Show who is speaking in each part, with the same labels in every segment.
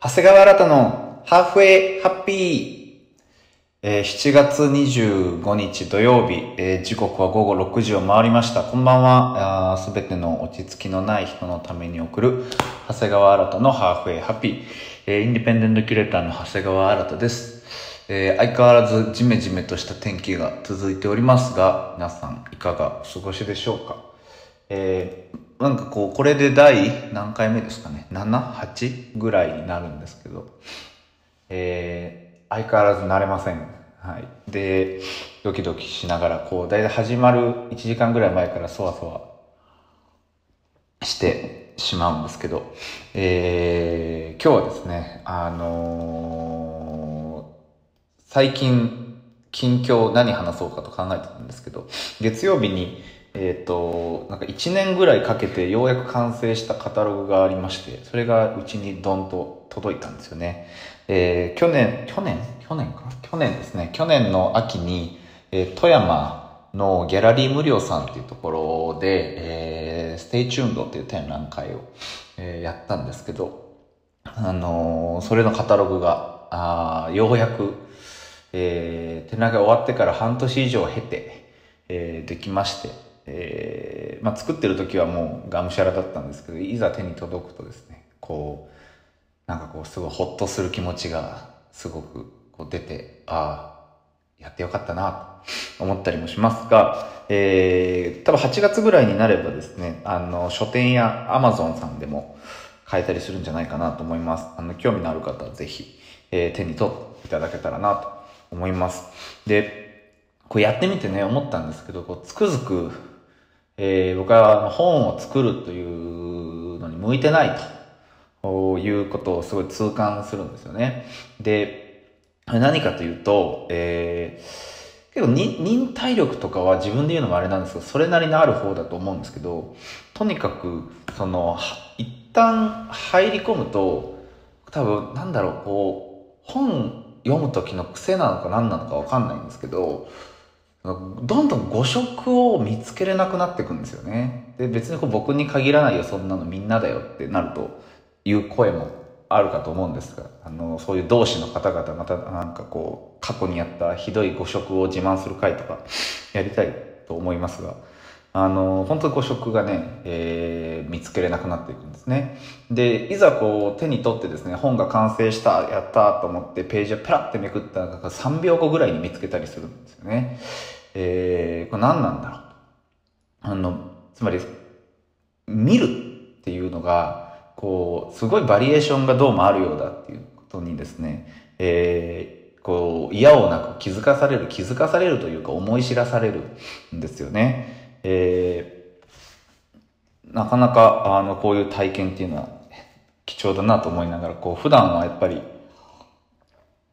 Speaker 1: 谷川新のハーフウェイハッピー、えー7月25日土曜日、えー時刻は午後6時を回りました。こんばんは。すべての落ち着きのない人のために送る、長谷川新のハーフウェイハッピー、えーインディペンデントキュレーターの長谷川新です。えー相変わらずジメジメとした天気が続いておりますが、皆さんいかがお過ごしでしょうかえーなんかこう、これで第何回目ですかね ?7?8? ぐらいになるんですけど、えー相変わらず慣れません。はい。で、ドキドキしながら、こう、だいたい始まる1時間ぐらい前からそわそわしてしまうんですけど、えー今日はですね、あのー最近、近況何話そうかと考えてたんですけど、月曜日に、えっ、と、なんか1年ぐらいかけてようやく完成したカタログがありまして、それがうちにドンと届いたんですよね。えー去年、去年去年か去年ですね。去年の秋に、えー富山のギャラリー無料さんっていうところで、えー、ステイチューンドっていう展覧会を、えーやったんですけど、あのーそれのカタログが、あーようやく、えー、展覧会終わってから半年以上経て、えーできまして、えーまあ、作ってる時はもうがむしゃらだったんですけど、いざ手に届くとですね、こう、なんかこうすごいホッとする気持ちがすごくこう出て、ああ、やってよかったなと思ったりもしますが、えー、多分8月ぐらいになればですね、あの、書店や Amazon さんでも買えたりするんじゃないかなと思います。あの、興味のある方はぜひ、えー手に取っていただけたらなと思います。で、こうやってみてね、思ったんですけど、こう、つくづく、えー僕はあの本を作るというのに向いてないと。こういうことをすごい痛感するんですよね。で、何かというと、えー、結構に忍耐力とかは自分で言うのもあれなんですけど、それなりのある方だと思うんですけど、とにかく、その、は一旦入り込むと、多分、なんだろう、こう、本読む時の癖なのか何なのかわかんないんですけど、どんどん誤色を見つけれなくなっていくんですよね。で、別にこう僕に限らないよ、そんなのみんなだよってなると、いう声もあるかと思うんですが、あの、そういう同志の方々、またなんかこう、過去にやったひどい誤色を自慢する会とか、やりたいと思いますが、あの、本当に誤色がね、えー見つけれなくなっていくんですね。で、いざこう、手に取ってですね、本が完成した、やったと思って、ページをペラってめくったら、なんか3秒後ぐらいに見つけたりするんですよね。えーこれ何なんだろうあの、つまり、見るっていうのが、こう、すごいバリエーションがどうもあるようだっていうことにですね、えーこう、嫌をなく気づかされる、気づかされるというか思い知らされるんですよね。えーなかなか、あの、こういう体験っていうのは貴重だなと思いながら、こう、普段はやっぱり、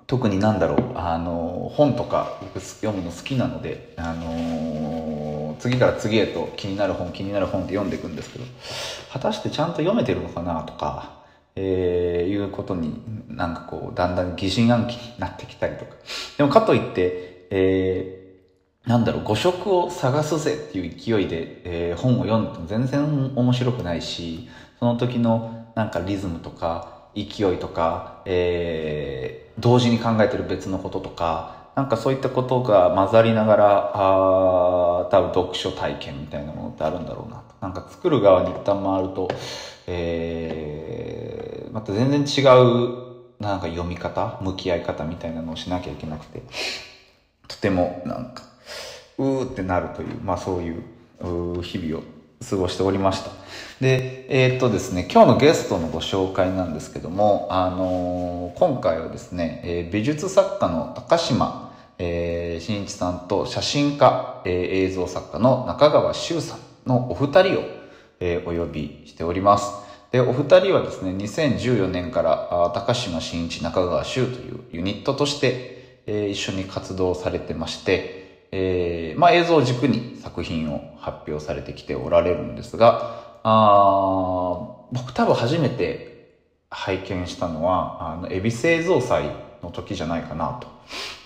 Speaker 1: 特になんだろう、あの、本とか僕読むの好きなので、あの、次から次へと気になる本、気になる本って読んでいくんですけど、果たしてちゃんと読めてるのかなとか、えーいうことになんかこう、だんだん疑心暗鬼になってきたりとか。でもかといって、えーなんだろう、誤色を探すぜっていう勢いで、えー本を読んでも全然面白くないし、その時のなんかリズムとか、勢いとか、えー同時に考えてる別のこととか、なんかそういったことが混ざりながら、あー多分読書体験みたいなものってあるんだろうなと。なんか作る側に一旦回ると、えーまた全然違う、なんか読み方、向き合い方みたいなのをしなきゃいけなくて、とてもなんかうーってなるという、まあそういううー日々を過ごしておりました。で、えーっとですね、今日のゲストのご紹介なんですけども、あのー今回はですね、えー美術作家の高島、えー、新一さんと写真家、えー映像作家の中川修さんのお二人を、えーお呼びしております。で、お二人はですね、2014年から、あー高島新一中川修というユニットとして、えー一緒に活動されてまして、えーまあ映像を軸に作品を発表されてきておられるんですが、あー僕多分初めて拝見したのは、あの、恵比寿映像祭の時じゃないかなと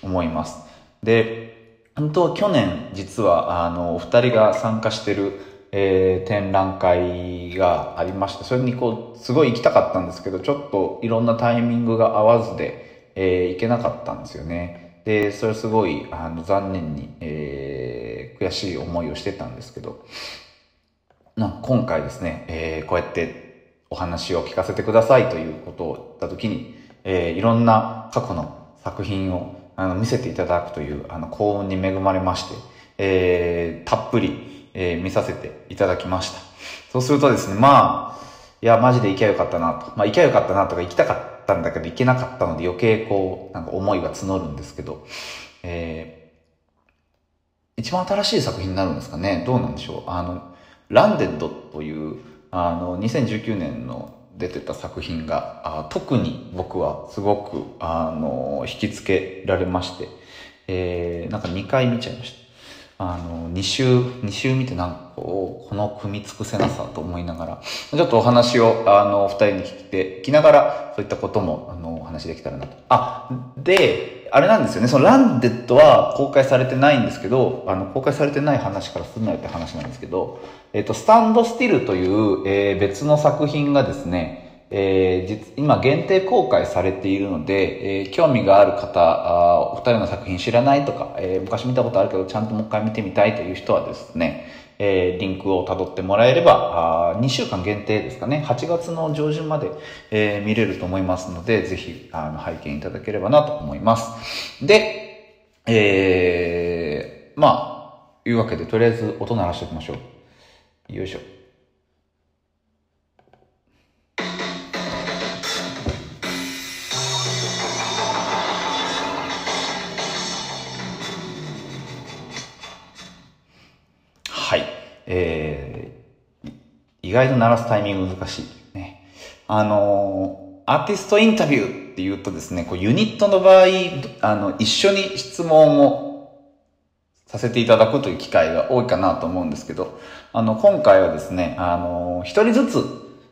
Speaker 1: 思います。で、本当は去年実はあのお二人が参加してる、えー展覧会がありまして、それにこう、すごい行きたかったんですけど、ちょっといろんなタイミングが合わずで、えー行けなかったんですよね。で、それすごい、あの、残念に、えー悔しい思いをしてたんですけど、な今回ですね、えーこうやってお話を聞かせてくださいということを言った時に、えーいろんな過去の作品をあの見せていただくというあの幸運に恵まれまして、えーたっぷり、えー見させていただきました。そうするとですね、まあ、いや、マジで行きゃよかったなと。まあ、行きゃよかったなとか行きたかったんだけど行けなかったので余計こう、なんか思いが募るんですけど、えー一番新しい作品になるんですかねどうなんでしょうあの、ランデッドという、あの、2019年の出てた作品が、あ特に僕はすごく、あの、引きつけられまして、えー、なんか2回見ちゃいました。あの、2週、2週見てなんかこう、この組み尽くせなさと思いながら、ちょっとお話を、あの、お二人に聞いて、聞きながら、そういったことも、あの、お話できたらなと。あ、で、あれなんですよね、そのランデッドは公開されてないんですけど、あの、公開されてない話からすんなよって話なんですけど、えっ、と、スタンドスティルという、えー別の作品がですね、えー実今限定公開されているので、えー興味がある方あーお二人の作品知らないとか、えー昔見たことあるけどちゃんともう一回見てみたいという人はですね、えーリンクをたどってもらえればあ2週間限定ですかね8月の上旬まで、えー見れると思いますのでぜひあの拝見いただければなと思いますで、えーまあいうわけでとりあえず音鳴らしておきましょうよいしょはい。えーい意外と鳴らすタイミング難しい。ね。あのーアーティストインタビューっていうとですね、こうユニットの場合、あの、一緒に質問をさせていただくという機会が多いかなと思うんですけど、あの、今回はですね、あのー一人ずつ、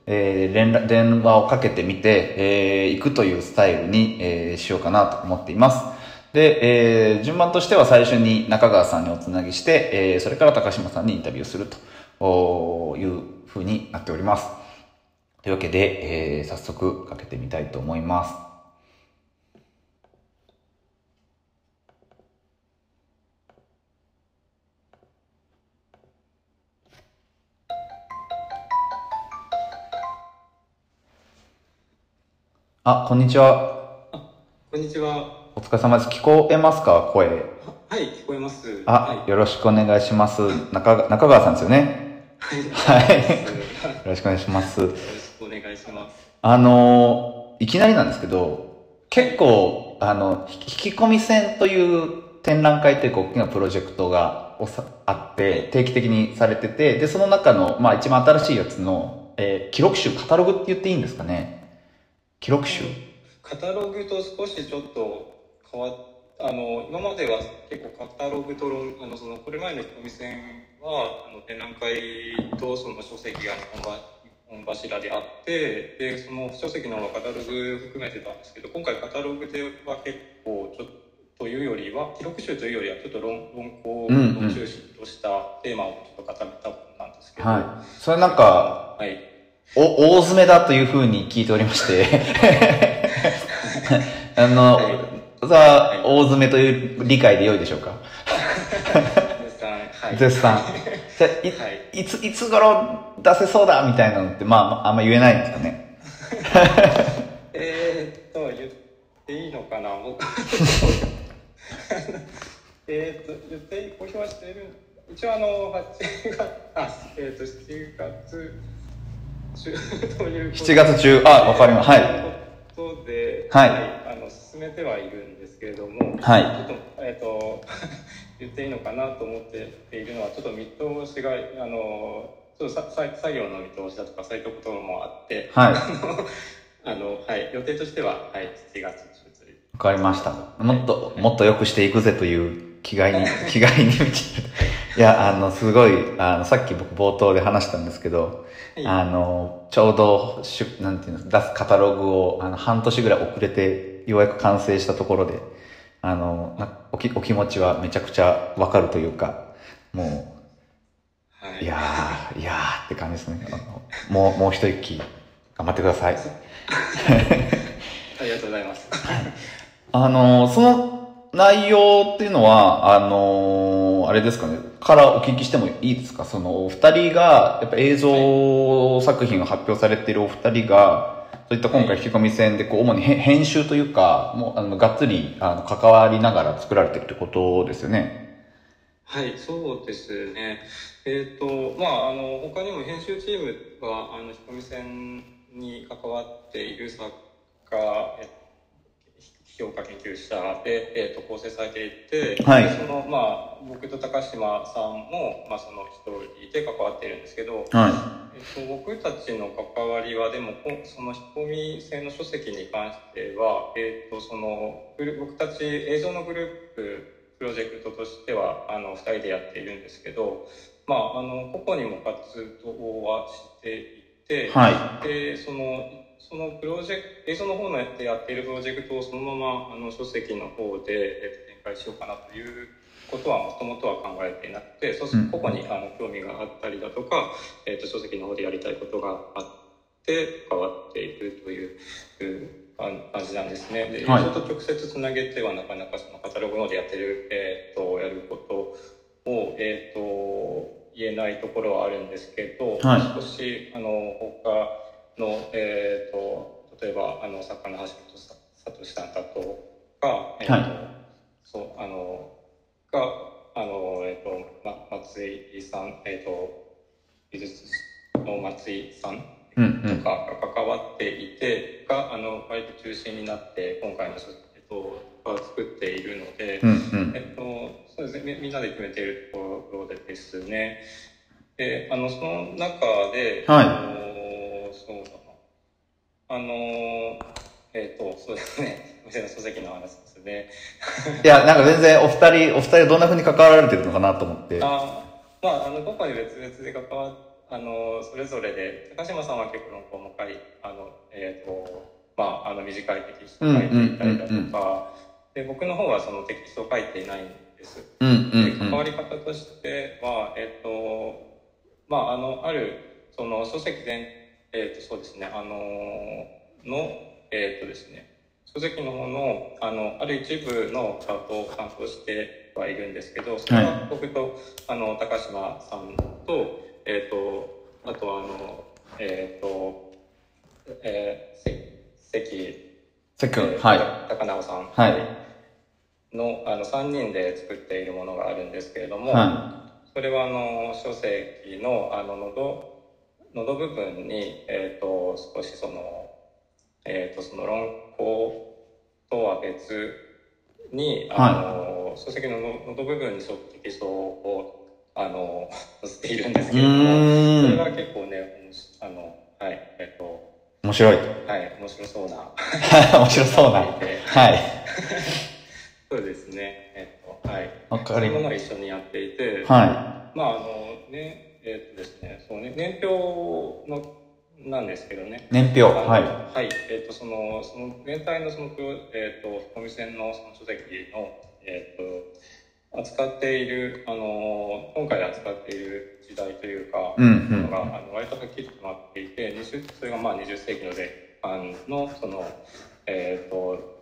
Speaker 1: えー連絡電話をかけてみて、えー行くというスタイルに、えーしようかなと思っています。で、えー順番としては最初に中川さんにおつなぎして、えーそれから高島さんにインタビューするとおーいう風になっております。というわけで、えー早速かけてみたいと思います。あ、こんにちは。
Speaker 2: こんにちは。
Speaker 1: お疲れ様です。聞こえますか声。
Speaker 2: はい、聞こえます。
Speaker 1: あ、
Speaker 2: はい、
Speaker 1: よろしくお願いします。中、中川さんですよね。
Speaker 2: はい、 よ
Speaker 1: はい。よろしくお願いします。
Speaker 2: ろしくお願いします。
Speaker 1: あのー、いきなりなんですけど、結構、あの、ひ引き込み線という展覧会というか大きなプロジェクトがおさあって、定期的にされてて、で、その中の、まあ一番新しいやつの、えー記録集、カタログって言っていいんですかね。記録集。
Speaker 2: カタログと少しちょっと変わっあの今までは結構カタログと論あのそのこれ前のお店はあの展覧会とその書籍が日本ば日本柱であってでその書籍の方がカタログ含めてたんですけど今回カタログでは結構ちょっと。というよりは記録集というよりはちょっと論論考を
Speaker 1: うんうん
Speaker 2: 中心としたテーマをちょっと固めたものなんですけど、
Speaker 1: はい。それなんか、
Speaker 2: はい、
Speaker 1: お、大詰めだというふうに聞いておりまして。 あの、さあ、大詰めという理解で良いでしょうか。
Speaker 2: 絶賛はい
Speaker 1: 絶賛。じゃあい
Speaker 2: はい
Speaker 1: いつ、いつ頃出せそうだみたいなのって、まあまあ、あんま言えないんですかね。
Speaker 2: えー、っと言っていいのかな 僕えーっと言っていい公表はしてる一応あの8月あえーっと7月中ということで
Speaker 1: 7月中、あ、わかります。は
Speaker 2: と
Speaker 1: い。
Speaker 2: いうことで、
Speaker 1: はい
Speaker 2: あの進めてはいるんですけれども、
Speaker 1: はい
Speaker 2: ちょっと,、えー、と 言っていいのかなと思っているのはちょっと見通しがあのちょっとささ作業の見通しだとかそういったこともあって、
Speaker 1: はい。
Speaker 2: あのはい、予定としては、はい、7月中という
Speaker 1: わかりました。もっと、もっと良くしていくぜという気概に、気概に満ちてる。いや、あの、すごい、あの、さっき僕冒頭で話したんですけど、
Speaker 2: はい
Speaker 1: あの、ちょうどしゅ、なんていうんですか、出すカタログを、あの、半年ぐらい遅れて、ようやく完成したところで、あの、なおきお気持ちはめちゃくちゃわかるというか、もう、
Speaker 2: はい
Speaker 1: いやー、いやーって感じですね。あのもう、もう一息、頑張ってください。
Speaker 2: ありがとうございます。
Speaker 1: あのーその内容っていうのは、あのーあれですかね、からお聞きしてもいいですかそのお二人が、やっぱ映像作品を発表されているお二人が、そういった今回引き込み戦で、こう、主にへ編集というか、もう、あの、がっつり、あの、関わりながら作られてるってことですよね。
Speaker 2: はい、そうですね。えっ、と、まあ、あの、他にも編集チームが、あの、ひこみ線に関わっている作家、え評価研究者で、えっ、と、構成されていて、
Speaker 1: はい
Speaker 2: でその、まあ、僕と高島さんも、まあ、その一人で関わっているんですけど、
Speaker 1: は
Speaker 2: えっと、僕たちの関わりはでもこその引っ込み性の書籍に関しては、えっと、そのグル僕たち映像のグループプロジェクトとしてはあの2人でやっているんですけど、まあ、あの個々にも活動はしていて、
Speaker 1: い。は
Speaker 2: でそのそのプロジェクト映像の方のやってやっているプロジェクトをそのままあの書籍の方でえっと展開しようかなということはもともとは考えていなくてそうすると個々にあの興味があったりだとか、えっと書籍の方でやりたいことがあって変わっていくといううん感感じなんですね。で映
Speaker 1: はい
Speaker 2: 像と直接つなげてはなかなかそのカタログの方でやってる、えっとやることを、えっと言えないところはあるんですけど、
Speaker 1: は
Speaker 2: 少しあの他の、えー、と例えばあの作家の橋本ささとしさんだとか、えーと
Speaker 1: は
Speaker 2: そうあのがあの、えーとま、松井さん、えー、と美術の松井さん
Speaker 1: い。うんう
Speaker 2: と
Speaker 1: ん。
Speaker 2: かが関わっていて、があの割と中心になって今回の書、えー、とを作っているので。
Speaker 1: うんうん。
Speaker 2: えっと、そうですね、みみんなで決めているところでですね、で、あの、その中で、
Speaker 1: はい
Speaker 2: あのそうだな、あの、えっと、そうですね、お店の書籍の話ですね。
Speaker 1: いや、なんか全然お二人、お二人はどんな風に関わられてるのかなと思って。は
Speaker 2: あまあ、あの、今回別々で関わっあの、それぞれで、高島さんは結構細かい、あの、えっ、と、まあ、あの、短いテキストを書いていたりだと
Speaker 1: うんうんうん
Speaker 2: か、で、僕の方はそのテキストを書いていないんです。
Speaker 1: うん
Speaker 2: で
Speaker 1: うん
Speaker 2: 関
Speaker 1: う
Speaker 2: わ
Speaker 1: ん。
Speaker 2: り方としては、えっと、まあ、あの、ある、その、書籍全、えっと、そうですね、あの、の、えっとですね、書籍の方の、あの、ある一部のパートを担当してはいるんですけど、それは僕と、あの、高島さんと、えっと、あとはあの、えっと、えー、せ関、
Speaker 1: せっく
Speaker 2: え
Speaker 1: ん、
Speaker 2: ー
Speaker 1: はい。
Speaker 2: 高直さん。
Speaker 1: はい。
Speaker 2: のあの3人で作っているものがあるんですけれども、
Speaker 1: は
Speaker 2: それはあの書籍のあの喉喉部分に、えー、と少しその,、えー、とその論考とは別にあの、書籍のの喉部分にちょっとテキストをあの 載せているんで
Speaker 1: い。
Speaker 2: す
Speaker 1: う
Speaker 2: けれどもそれ
Speaker 1: ー
Speaker 2: が
Speaker 1: ん。
Speaker 2: 結構ねおもしあのはいえっ、と
Speaker 1: 面白い。
Speaker 2: はい面白そうな
Speaker 1: 面白そうな。
Speaker 2: で
Speaker 1: はい。
Speaker 2: そうですねえっ、とはい
Speaker 1: わ
Speaker 2: そ
Speaker 1: か
Speaker 2: う
Speaker 1: り
Speaker 2: いうも
Speaker 1: ま
Speaker 2: のを一緒にやっていて、
Speaker 1: す。は
Speaker 2: まああのねえーっとですねそうね年表のなんですけどね
Speaker 1: い。年表。
Speaker 2: あの
Speaker 1: はい。
Speaker 2: はいえーっとそのその全体のそのプロえーっとコミセンのその書籍のえーっと扱っているあの今回扱っている時代というか、
Speaker 1: うんう
Speaker 2: の
Speaker 1: ん。
Speaker 2: があの割とはっきり決まっていて20それがまあ20世紀の前半のそのえっ、と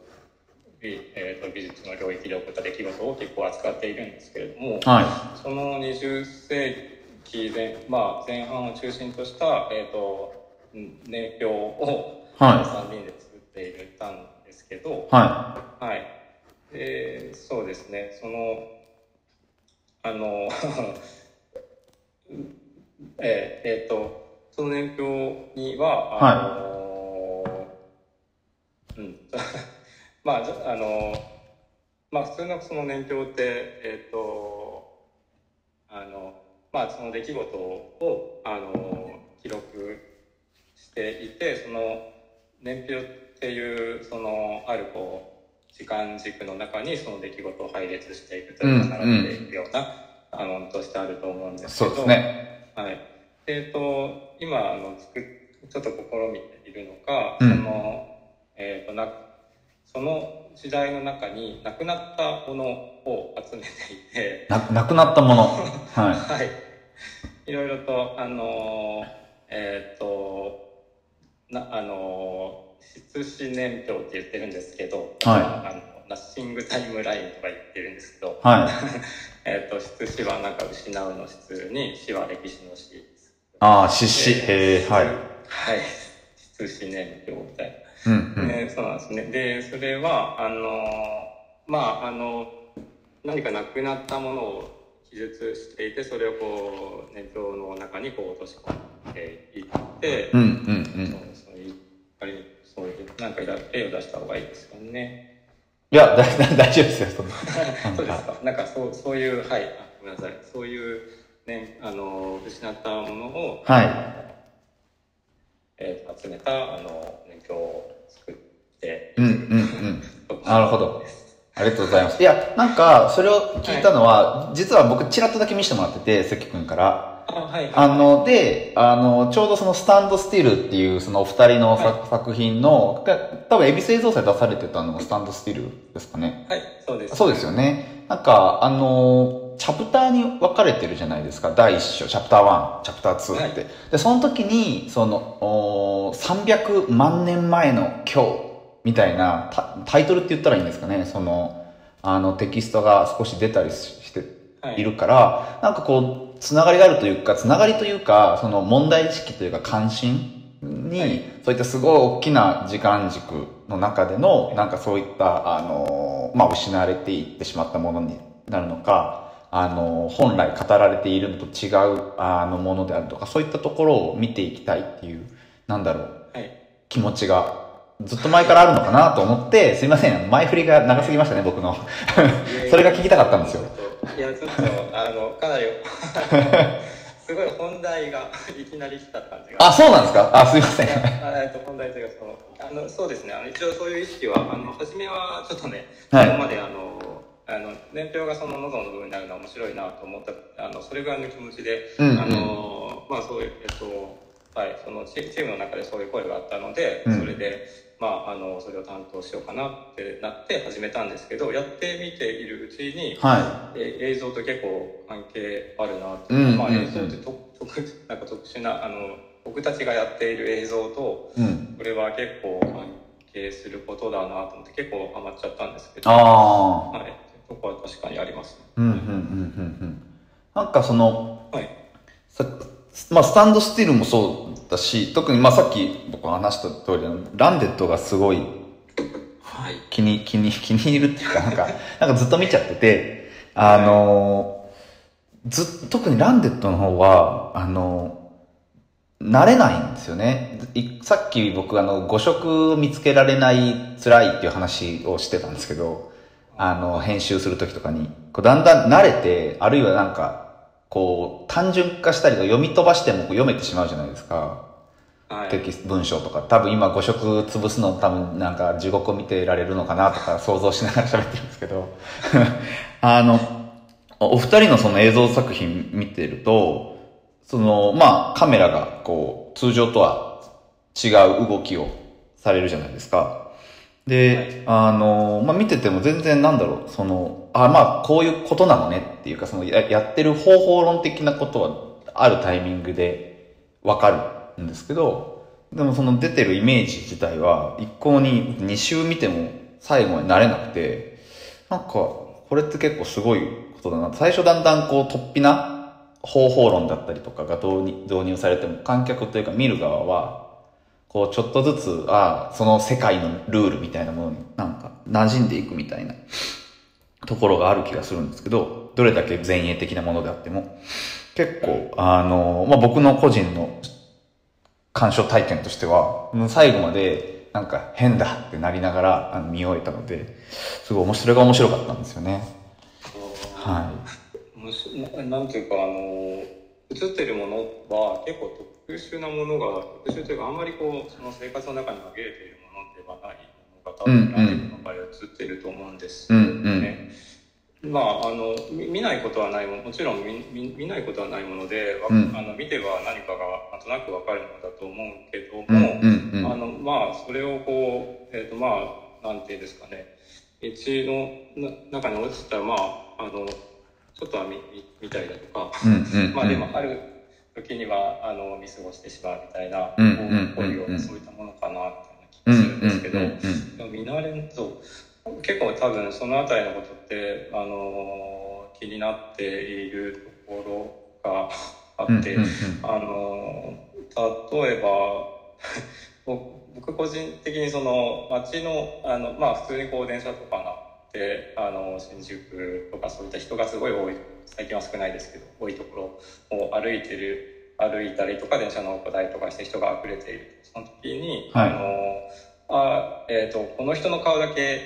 Speaker 2: 美,、えー、と美術の領域で起こった出来事を結構扱っているんですけれども、
Speaker 1: は
Speaker 2: その20世紀前,、まあ、前半を中心とした、えー、とうん年表を
Speaker 1: い。は
Speaker 2: 3人で作っていたんですけど、
Speaker 1: い。は
Speaker 2: はい、でそうですねそのあの えーえーとその年表にはあの、うん まあじゃあのまあ普通のその年表ってえっ、とあのまあその出来事をあの記録していてその年表っていうそのあるこう時間軸の中にその出来事を配列していくというか
Speaker 1: うんう
Speaker 2: 並
Speaker 1: ん
Speaker 2: べていくような、あのとしてあると思うんで
Speaker 1: い。
Speaker 2: す
Speaker 1: そ
Speaker 2: け
Speaker 1: う
Speaker 2: ど
Speaker 1: ですね。
Speaker 2: はい。えっ、と、今、あの、作っ、ちょっと試みているのが、
Speaker 1: うん
Speaker 2: その、えっ、と、な、その時代の中になくなったものを集めていて、
Speaker 1: な、なくなったもの。はい。
Speaker 2: はい。いろいろと、あのーえーっと、な、あのー、出資年表って言ってるんですけど、
Speaker 1: はい
Speaker 2: あの、ナッシングタイムラインとか言ってるんですけど、
Speaker 1: はい。
Speaker 2: えーっと、出資はなんか失うの失に、死は歴史の死です。
Speaker 1: ああ、失神。へえ、はい。
Speaker 2: はい。出資年表みたいな。
Speaker 1: うん、うん。
Speaker 2: ね、そうなんですね。で、それは、あの、まあ、あの、何かなくなったものを記述していて、それをこう、年表の中にこう落とし込んでいって、
Speaker 1: うん、うん、うん。
Speaker 2: そうそういう、やっぱりそういう、なんか例を出した方がいいですよね。
Speaker 1: いや、だ、 だ大丈夫ですよ、そんな。
Speaker 2: そうですか。なんかそう、そういう、はい、あごめんなさい。そういう、ね、あの、失ったものを、
Speaker 1: はい。
Speaker 2: えー集めた、あの、年表を作って、
Speaker 1: うん、うん、うん。なるほど。ありがとうございます。いや、なんか、それを聞いたのは、実は僕、ちらっとだけ見せてもらってて、関君から。
Speaker 2: あ、はい、はい。
Speaker 1: あの、で、あの、ちょうどそのスタンドスティールっていうそのお二人の作,、作品の、た多分、エビス映像祭出されてたのがスタンドスティールですかね。
Speaker 2: はい、そうです。
Speaker 1: そうですよね。なんか、あの、チャプターに分かれてるじゃないですか。第一章、チャプター1、チャプター2って。で、その時に、その、おー300万年前の今日、みたいなタ、タイトルって言ったらいいんですかね。その、あの、テキストが少し出たりしして
Speaker 2: はい
Speaker 1: いるから、なんかこう、つながりがあるというか、つながりというか、その問題意識というか関心に、
Speaker 2: はい
Speaker 1: そういったすごい大きな時間軸の中での、なんかそういった、あのー、まあ、失われていってしまったものになるのか、あのー、本来語られているのと違う、あの、ものであるとか、そういったところを見ていきたいっていう、なんだろう、
Speaker 2: はい。
Speaker 1: 気持ちが、ずっと前からあるのかなと思って、すいません、前振りが長すぎましたね、僕の。それが聞きたかったんですよ。
Speaker 2: いや、ちょっと、あの、かなり、 すごい本題がいきなり来た感じが。
Speaker 1: あ、そうなんですかあ、すいませ
Speaker 2: い
Speaker 1: ん。
Speaker 2: やあえっと、本題というか、その、あの、そうですね、あの、一応そういう意識は、あの、初めはちょっとね、
Speaker 1: はい
Speaker 2: 今まであの、あの、年表がその喉の部分になるのは面白いなと思った、あの、それぐらいの気持ちで、
Speaker 1: うんうん
Speaker 2: あの、まあそういう、えっと、はい、そのチチームの中でそういう声があったので、
Speaker 1: うん
Speaker 2: それで、まあ、あの、それを担当しようかなってなって始めたんですけど、やってみているうちに、
Speaker 1: は
Speaker 2: え映像と結構関係あるなって、
Speaker 1: うんうんうん
Speaker 2: まあ、映像ってと特なんか特殊なあの僕たちがやっている映像と
Speaker 1: い。うん。
Speaker 2: これは結構関係することだなと思って結構ハマっちゃったんですけど、は
Speaker 1: ああ。
Speaker 2: い、そこは確かにありますね。
Speaker 1: うん、うん、うん、うん、うん。なんかその、
Speaker 2: はい、
Speaker 1: さまあ、スタンドスティールもそうだし、特にまあさっき僕話した通り、ランデットがすごい
Speaker 2: はい、
Speaker 1: 気に、気に、 気に入るっていうか、なんか、なんかずっと見ちゃってて、あのーずっ、特にランデットの方は、あのー慣れないんですよね。いさっき僕あの、誤色を見つけられない辛いっていう話をしてたんですけど、あの、編集する時とかに、こうだんだん慣れて、あるいはなんか、こう、単純化したりとか読み飛ばしてもこう読めてしまうじゃないですか。
Speaker 2: はい、
Speaker 1: テキスト文章とか多分今5色潰すの多分なんか地獄を見てられるのかなとか想像しながら喋ってるんですけど あのおお二人のその映像作品見てるとそのまあカメラがこう通常とは違う動きをされるじゃないですかで、あの、まあ、見てても全然なんだろう、その、あ、まあ、こういうことなのねっていうか、そのや、やってる方法論的なことは、あるタイミングでわかるんですけど、でもその出てるイメージ自体は、一向に2周見ても最後になれなくて、なんか、これって結構すごいことだな。最初だんだんこう、突飛な方法論だったりとかが導入導入されても、観客というか見る側は、こう、ちょっとずつ、ああ、その世界のルールみたいなものになんか馴染んでいくみたいなところがある気がするんですけど、どれだけ前衛的なものであっても、結構、あの、まあ、僕の個人の鑑賞体験としては、もう最後までなんか変だってなりながらあの見終えたので、すごい面白いが面白かったんですよね。は
Speaker 2: もしななんていうかあの映ってるものは結構特殊なものが特殊というかあんまりこうその生活の中に紛れているものではないものが多
Speaker 1: うんうん
Speaker 2: 分ランデブーの場合は映ってると思うんです
Speaker 1: い。う
Speaker 2: よ
Speaker 1: ん
Speaker 2: ね、
Speaker 1: うん。
Speaker 2: まああのみ見ないことはないものもちろん見見見ないことはないもので、わ
Speaker 1: うん
Speaker 2: あの見ては何かがなんとなくわかるのだと思うけども、
Speaker 1: うんうん
Speaker 2: あのまあそれをこうえっ、とまあなんていうんですかね道のな中に落ちたまああのちょっとはみみみたいだとか、
Speaker 1: うん。うんうんうん。
Speaker 2: まあでもある時にはあの見過ごしてしまうみたいな
Speaker 1: うんうんうん
Speaker 2: こういうそういったものかな
Speaker 1: うんう
Speaker 2: みたいな気がするんですけど、
Speaker 1: んうん
Speaker 2: でもミナレンそう結構多分そのあたりのことって、あの気になっているところがあ
Speaker 1: うんうんうん
Speaker 2: って、あの例えば 僕僕個人的にその街のあの、まあ、普通にこう電車とかなってあの新宿とかそういった人がすごい多い最近は少ないですけど多いところを歩いてる歩いたりとか電車のお台とかして人が溢れているその時に、
Speaker 1: はい
Speaker 2: あのあえー、とこの人の顔だけ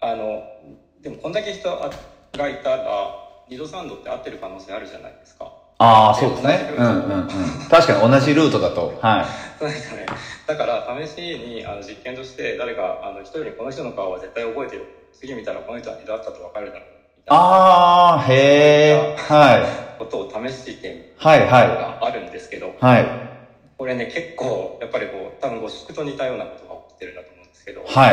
Speaker 2: あのでもこんだけ人がいたら2度3度って合ってる可能性あるじゃないですか。
Speaker 1: ああ、そうですね。うんうんうん。確かに同じルートだと。は
Speaker 2: そうですよね。だから、試しに、あの、実験として、誰か、あの、一人にこの人の顔は絶対覚えてる。次見たらこの人は二度会ったと分かるだ
Speaker 1: い。
Speaker 2: ろう。みたいな
Speaker 1: ああ、へえ。はい。
Speaker 2: ことを試してみる
Speaker 1: はいは
Speaker 2: があるんですけど、
Speaker 1: い。はい。
Speaker 2: これね、結構、やっぱりこう、多分ご宿と似たようなことが起きてるんだと思うんですけど、
Speaker 1: は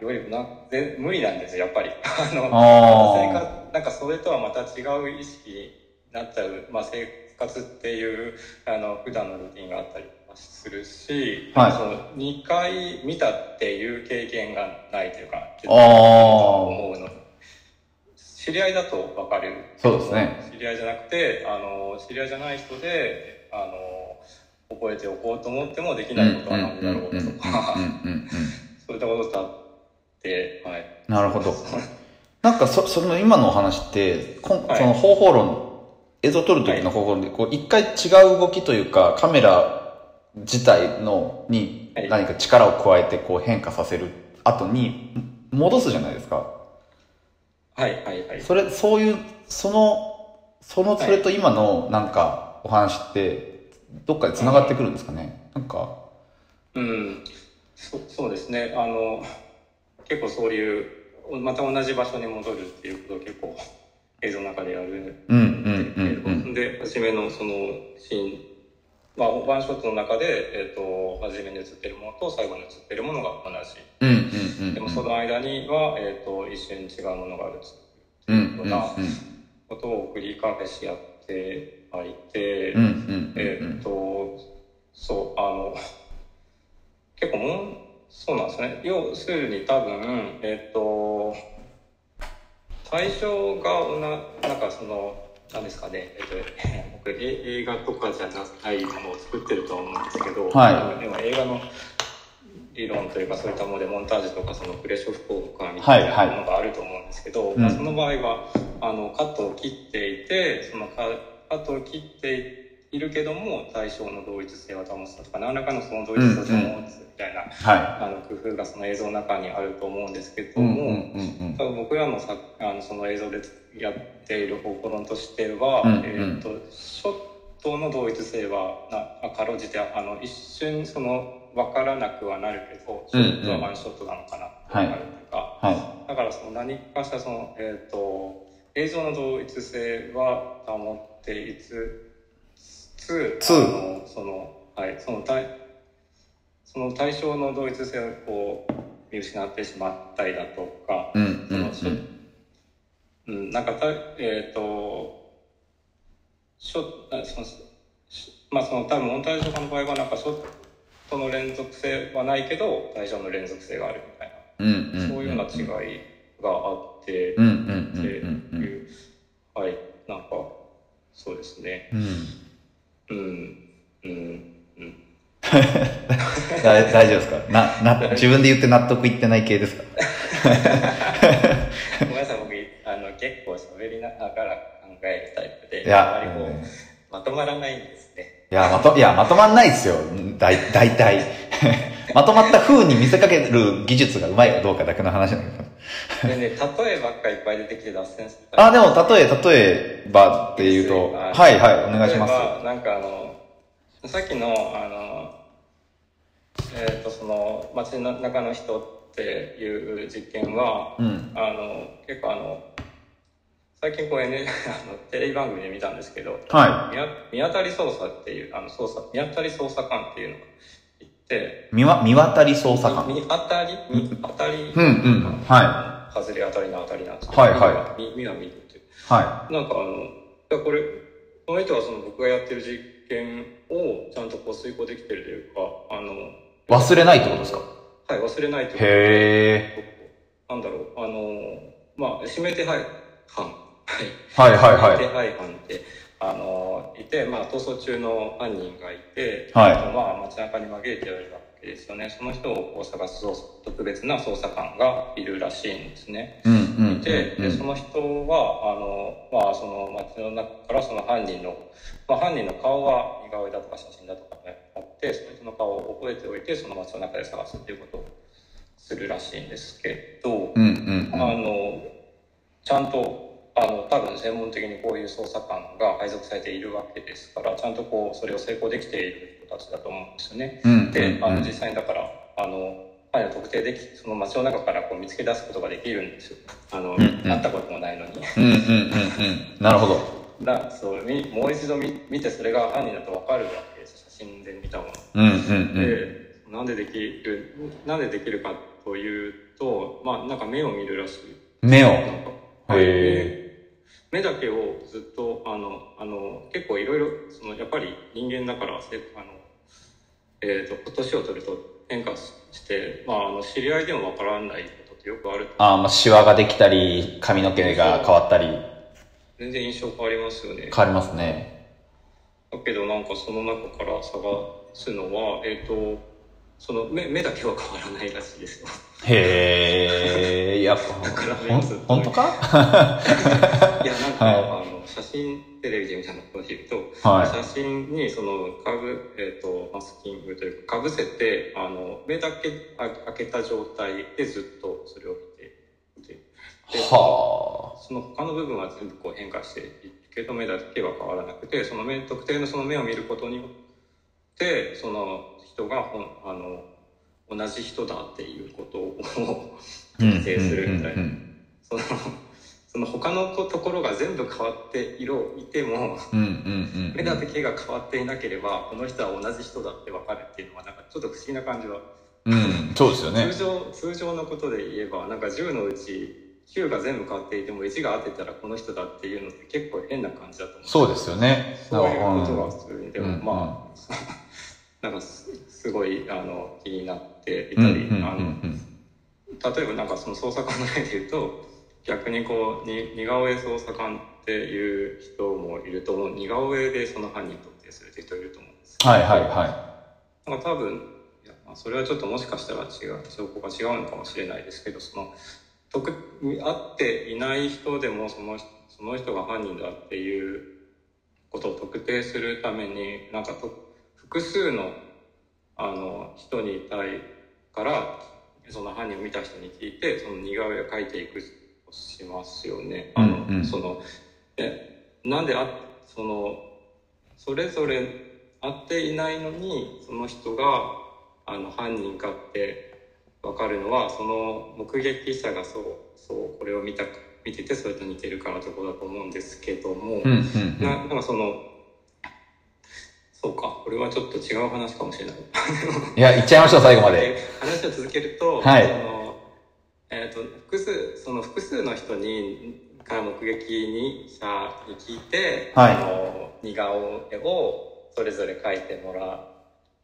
Speaker 1: い。
Speaker 2: よりもな、ぜ無理なんですよ、やっぱり。 あの、生
Speaker 1: あ
Speaker 2: 活なんかそれとはまた違う意識になっちゃう、まあ、生活っていうあの普段のルーティンがあったりするし、
Speaker 1: はい
Speaker 2: その2回見たっていう経験がないというか
Speaker 1: あ。ああ。
Speaker 2: 思うの知り合いだと分かる
Speaker 1: そうですね。
Speaker 2: 知り合いじゃなくてあの知り合いじゃない人であの覚えておこうと思ってもでき
Speaker 1: う
Speaker 2: なんいことは何だろうとか
Speaker 1: うんうんうんうんうん
Speaker 2: そういったことだって、はい、
Speaker 1: なるほど。なんかそ、その今のお話って、こん
Speaker 2: はい
Speaker 1: その方法論、映像撮る時の方法論で、こう、一回違う動きというか、カメラ自体の、に
Speaker 2: はい
Speaker 1: 何か力を加えてこう変化させる後に、戻すじゃないですか。
Speaker 2: はいはいはい
Speaker 1: それ、そういう、その、その、
Speaker 2: はい
Speaker 1: それと今のなんかお話って、どっかで繋がってくるんですかね。なんか、
Speaker 2: うん、そそうですねあの結構そういうまた同じ場所に戻るっていうことを結構映像の中でやる
Speaker 1: うん
Speaker 2: け
Speaker 1: うんう
Speaker 2: れど、
Speaker 1: んうん。
Speaker 2: で初めのそのシーン、まあ、ワンショットの中で、えー、と初めに映ってるものと最後に映ってるものが同じ
Speaker 1: うんうんうん。
Speaker 2: でもその間には、えー、と一瞬違うものが映る
Speaker 1: うんうんうん。
Speaker 2: ことを繰り返しやってはいて、
Speaker 1: うんうん
Speaker 2: えーっと、そう、あの、結構もん、そうなんですね。要するに多分、えーっと、対象がおな、なんかその、なんですかね、えーっと、僕、え映画とかじゃないものを作ってると思うんですけど、
Speaker 1: は
Speaker 2: でも映画の理論というかそういったものでモンタージュとかそのプレショフ効果みたい
Speaker 1: は
Speaker 2: ない
Speaker 1: はい
Speaker 2: ものがあると思うんですけど、
Speaker 1: うん
Speaker 2: まあその場合はあのカットを切っていてそのカカットを切っているけども対象の同一性を保つとか何らかのその同一性を保つみたいな、
Speaker 1: は
Speaker 2: あの工夫がその映像の中にあると思うんですけ
Speaker 1: い。
Speaker 2: ども、
Speaker 1: うん
Speaker 2: 多分僕らのさあのその映像でやっている方法論としては、
Speaker 1: うんうん
Speaker 2: えー、とショットの同一性はなあかろうじてあの一瞬その分からなくはなるけどシ
Speaker 1: うんうん
Speaker 2: ョットはワンショットなのかなって
Speaker 1: はい
Speaker 2: 分かるというか、
Speaker 1: は
Speaker 2: だからその何かしたその、えー、と映像の同一性は保っていつつ
Speaker 1: つ
Speaker 2: あのその,、はい、その対その対象の同一性をこう見失ってしまったりだとか、
Speaker 1: い。うんうんうん。
Speaker 2: うん、なんかた、えっ、と、ショあその、しまあその多分モンタージュとかの場合はなんかショットの連続性はないけど、対象の連続性があるみたい
Speaker 1: うん
Speaker 2: な、
Speaker 1: うん。
Speaker 2: そういうような違
Speaker 1: う。
Speaker 2: いがあって、
Speaker 1: うんうん
Speaker 2: って
Speaker 1: うんうん。
Speaker 2: いう、はい、なんか、そうですね。
Speaker 1: うん、
Speaker 2: うん、うん、うん。
Speaker 1: 大大丈夫ですかなな自分で言って納得いってない系ですか
Speaker 2: ごめんなさい、僕、あの、結構喋りながら考えるタイプで、
Speaker 1: いや
Speaker 2: あまりこ
Speaker 1: うん
Speaker 2: う、まとまらないんですね。
Speaker 1: いやまといやまとまんないですよだい 大体まとまった風に見せかける技術がうまいかどうかだけの話なんだけど
Speaker 2: でね、例えばっかいっぱい出てきて脱線する
Speaker 1: あでも例え例えばっていうと
Speaker 2: はい
Speaker 1: はいはいお願いします
Speaker 2: 例えばなんかあの、さっきの、あの、えっ、と、その、街の中の人っていう実験は、
Speaker 1: うん
Speaker 2: あの、結構あの、最近こう、ね、あのテレビ番組で見たんですけど、
Speaker 1: は
Speaker 2: 見見当たり捜査っていう、あの、捜査、見当たり捜査官っていうのがいて、
Speaker 1: い見わ見渡り捜査官
Speaker 2: 見当たり見当たり、
Speaker 1: うんうんは
Speaker 2: 外れ当たりの当たりなんです。
Speaker 1: はいはい
Speaker 2: 見見は見るっていう。
Speaker 1: いは
Speaker 2: なんかあの、いやこれ、その人はその僕がやってる実験をちゃんとこう遂行できてるというか、あの、
Speaker 1: 忘れないってことですか
Speaker 2: はい、忘れないというか、
Speaker 1: へ
Speaker 2: なんだろう、あの、まあ、指名手配犯、はい、
Speaker 1: え。はいはいは
Speaker 2: 指
Speaker 1: い。
Speaker 2: 名手配犯って、あの、いて、まあ、逃走中の犯人がいて、
Speaker 1: はい
Speaker 2: あとまあ、街中に紛れてはいるわけですよね。その人をこう探す捜査特別な捜査官がいるらしいんですね。
Speaker 1: うんうんうん。
Speaker 2: で
Speaker 1: う
Speaker 2: でそ
Speaker 1: ん
Speaker 2: の人はあの、まあ、その街の中からその犯人の、まあ、犯人の顔は似顔絵だとか写真だとかあってその人の顔を覚えておいてその街の中で探すっていうことをするらしいんですけど、
Speaker 1: うんう
Speaker 2: あ
Speaker 1: んうん。
Speaker 2: のちゃんとあの多分専門的にこういう捜査官が配属されているわけですからちゃんとこうそれを成功できている人たちだと思うんですよね。
Speaker 1: うん
Speaker 2: で、あ
Speaker 1: う
Speaker 2: の
Speaker 1: ん
Speaker 2: 実際にだから、あの、彼を特定でき、その街の中からこう見つけ出すことができるんですよ。あ
Speaker 1: ん
Speaker 2: の、
Speaker 1: うん
Speaker 2: 会ったこともないのに。
Speaker 1: うんうんうんうん。なるほど。
Speaker 2: だそうみもう一度見見て、それが犯人だとわかるわけですよ。写真で見たもの。
Speaker 1: うんうんうん。
Speaker 2: で、なんでできる、なんでできるかというと、まあ、なんか目を見るらしい。
Speaker 1: 目を。
Speaker 2: なんか
Speaker 1: へ
Speaker 2: 目だけをずっとあのあの結構いろいろそのやっぱり人間だからせあの、えー、と年を取ると変化しして、まあ、あの知り合いでもわからないことってよくある
Speaker 1: ああ、まあ、シワができたり、髪の毛が変わったり、変
Speaker 2: 全然印象変わりますよね
Speaker 1: わりますね。
Speaker 2: だけどなんかその中から探すのはえっ、とその目目だけは変わらないらしいですよ
Speaker 1: へえ、やっ
Speaker 2: だから
Speaker 1: ぱ、
Speaker 2: 目
Speaker 1: ほん
Speaker 2: をずっと
Speaker 1: 本当か
Speaker 2: いやなんか、
Speaker 1: は
Speaker 2: あの写真テレビで見たのを言うと
Speaker 1: は
Speaker 2: 写真にそのかぶ、えー、とマスキングというかかぶせてあの目だけあ開けた状態でずっとそれを見て見て
Speaker 1: い。
Speaker 2: で
Speaker 1: は
Speaker 2: その他の部分は全部こう変化していくけど目だけは変わらなくてその目特定のその目を見ることによってその人がほんあの同じ人だっていうことを
Speaker 1: あ。うんうん
Speaker 2: 特定するみたいな。
Speaker 1: うん
Speaker 2: そのその他のこところが全部変わって色いても
Speaker 1: うんうんう
Speaker 2: 目
Speaker 1: んう
Speaker 2: 立
Speaker 1: ん
Speaker 2: て毛が変わっていなければこの人は同じ人だって分かるっていうのはなんかちょっと不思議な感じは、
Speaker 1: うん。そうですよね
Speaker 2: 通。常通常のことで言えばなんか10のうち9が全部変わっていても1が当てたらこの人だっていうのって結構変な感じだと思う
Speaker 1: そうですよね。
Speaker 2: そういう
Speaker 1: なんか
Speaker 2: こと
Speaker 1: う
Speaker 2: は
Speaker 1: ん
Speaker 2: 普通にでも、
Speaker 1: うん
Speaker 2: まあなんかすすごいあの気になっていたり、あの例えばなんかその捜査官の例で言うと逆にこうに似顔絵捜査官っていう人もいると思う似顔絵でその犯人特定するって人いると思うんですけど
Speaker 1: はいはいは
Speaker 2: なんか多分いやまあそれはちょっともしかしたら違う証拠が違うのかもしれないですけどその特会っていない人でもその人その人が犯人だっていうことを特定するためになんかと複数のあの人に対からその犯人を見た人に聞いてその似顔絵を描いていくとしますよね。あの
Speaker 1: うんうん
Speaker 2: そのえなんであそのそれぞれ会っていないのにその人があの犯人かって分かるのはその目撃者がそうそうこれを見た見ててそれと似てるからってことだと思うんですけども、
Speaker 1: い。うんうんう。
Speaker 2: なんなんかそのそうかこれはちょっと違う話かもしれない。
Speaker 1: いや、行っちゃいましょう、最後まで。
Speaker 2: 話を続けると、
Speaker 1: はい
Speaker 2: あのえー、と複数その複数の人にから目撃に者に聞いて、
Speaker 1: はい
Speaker 2: あの似顔絵をそれぞれ描いてもらっ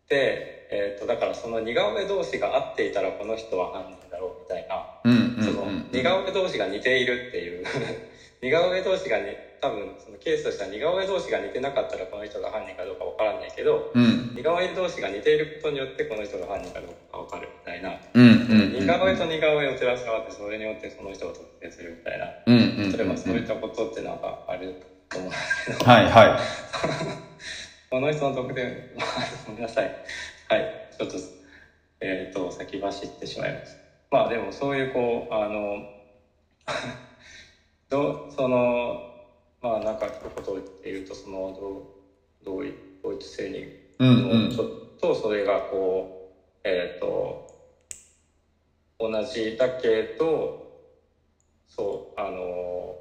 Speaker 2: て、えー、とだからその似顔絵同士が合っていたらこの人は犯人だろうみたいな、
Speaker 1: うんうん
Speaker 2: その
Speaker 1: うん。
Speaker 2: 似顔絵同士が似ているっていう 似顔絵同士がに多分そのケースとしては似顔絵同士が似てなかったらこの人が犯人かどうかわからないけど、
Speaker 1: うん
Speaker 2: 似顔絵同士が似ていることによってこの人が犯人かどうかわかるみたいな、
Speaker 1: うんうん。
Speaker 2: 似顔絵と似顔絵を照らし合わせてそれによってその人を特定するみたいな
Speaker 1: うんうんうん。
Speaker 2: 例えばそういったことってなんかあると思う
Speaker 1: はいはい。
Speaker 2: この人の特定ごめんなさいはいちょっとえっ、と先走ってしまいましたまあでもそういうこうあの どうそのまあなんか一言で言うとそのどう同一同一性に
Speaker 1: うんうん
Speaker 2: ち。ょっとそれがこうえっ、と同じだけどそうあの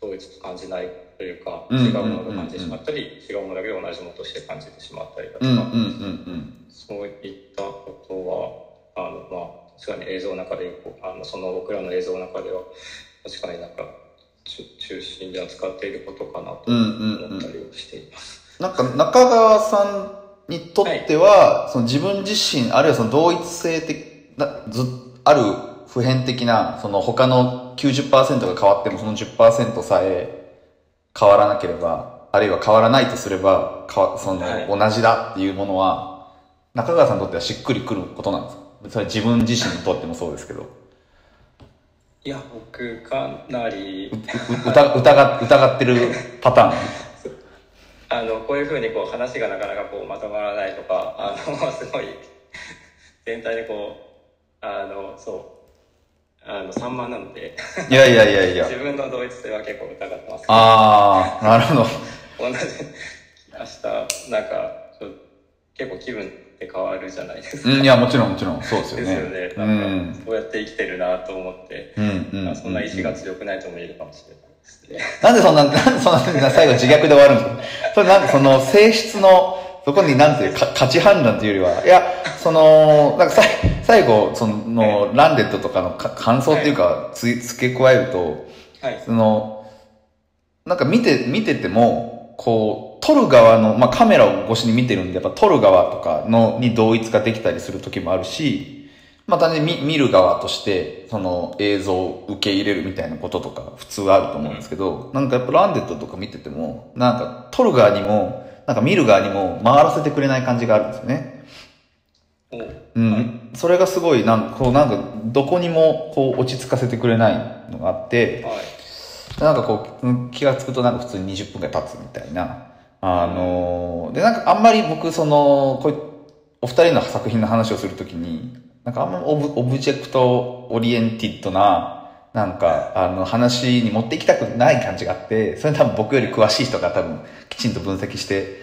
Speaker 2: 統一と感じないというか
Speaker 1: うんうん
Speaker 2: 違
Speaker 1: うん
Speaker 2: うものが感じてしまったり違うものだけど同じものとして感じてしまったりだと
Speaker 1: う
Speaker 2: か、
Speaker 1: んうんうん
Speaker 2: そういったことはあのまあ確かに映像の中でよくあのその僕らの映像の中では確かになんか中中心で扱っていることかなと
Speaker 1: うんうんう
Speaker 2: 思
Speaker 1: ん
Speaker 2: ったりはしています。
Speaker 1: なんか中川さんにとっては、その自分自身、あるいはその同一性的な、ず、ある普遍的な、その他の90%が変わってもその10%さえ変わらなければ、あるいは変わらないとすれば、かわその、
Speaker 2: はい
Speaker 1: 同じだっていうものは、中川さんにとってはしっくりくることなんですかそれは自分自身にとってもそうですけど、
Speaker 2: いや、僕かなり
Speaker 1: う、う疑疑疑ってるパターン。
Speaker 2: あの、こういうふうにこう話がなかなかこうまとまらないとか、あの、 すごい、全体でこう、あの、そう、あの、散漫なので、
Speaker 1: いやいやいやいや
Speaker 2: 自。分の同一性は結構疑ってます。
Speaker 1: あー、なるほど。
Speaker 2: 同じ、明日、なんか、ちょ結構気分って変わるじゃないですか。
Speaker 1: うん、いや、もちろん、もちろん、そうですよ
Speaker 2: で
Speaker 1: ね。
Speaker 2: すよね。
Speaker 1: う
Speaker 2: なん
Speaker 1: ん。
Speaker 2: か、そうやって生きてるなと思って、
Speaker 1: うん、うんうん。
Speaker 2: そんな意志が強くないとも言えるかもしれないですね。
Speaker 1: なんでそんな、なんでそんな、最後自虐で終わるんですかそれなんかその性質の、そこになんていうか、価値判断というよりは、いや、その、なんかさい最後、その、ランデットとかのか感想っていうか、つ、付け加えると、
Speaker 2: はい。
Speaker 1: その、なんか見て、見てても、こう、撮る側の、まあ、カメラを越しに見てるんで、やっぱ撮る側とかの、に同一化できたりする時もあるし、まあ、単純に見見る側として、その映像を受け入れるみたいなこととか、普通はあると思うんですけど、なんかやっぱランデットとか見てても、なんか撮る側にも、なんか見る側にも回らせてくれない感じがあるんですよね。
Speaker 2: お
Speaker 1: うん、それがすごいなんかこうなんかどこにもこう落ち着かせてくれないのがあって
Speaker 2: はい。
Speaker 1: なんかこううん気がつくとなんか普通に20分ぐらい経つみたいなあのーでなんかあんまり僕そのこういうお二人の作品の話をするときになんかあんまりオブオブジェクトオリエンティッドななんかあの話に持っていきたくない感じがあってそれ多分僕より詳しい人が多分きちんと分析して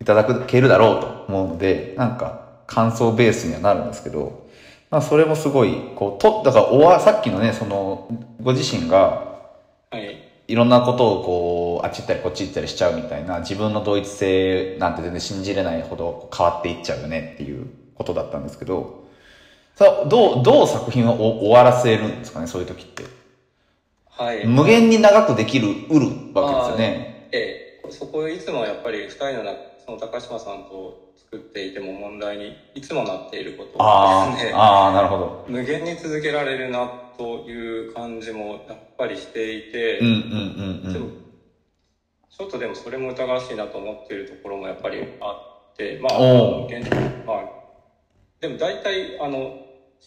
Speaker 1: いただけるだろうと思うので、なんか感想ベースにはなるんですけど、まあそれもすごい、こう、と、だからおわ、さっきのね、その、ご自身が
Speaker 2: はい。
Speaker 1: いろんなことをこう、あっち行ったりこっち行ったりしちゃうみたいな、自分の同一性なんて全然信じれないほど変わっていっちゃうよねっていうことだったんですけど、さあ、どう、どう作品をお終わらせるんですかね、そういう時って。
Speaker 2: はい。
Speaker 1: 無限に長くできる、うるわけですよね。
Speaker 2: ええ、そこいつもやっぱり二人の中その高島さんと作っていても問題にいつもなっていること
Speaker 1: あ
Speaker 2: です
Speaker 1: ー、
Speaker 2: ね。
Speaker 1: あー、なるほど。
Speaker 2: 無限に続けられるなという感じもやっぱりしていて、
Speaker 1: うん、うん、うん、う
Speaker 2: でも
Speaker 1: ん。
Speaker 2: ちょっとでもそれも疑わしいなと思っているところもやっぱりあって、まあ、
Speaker 1: お
Speaker 2: 現まあ、でも大体あの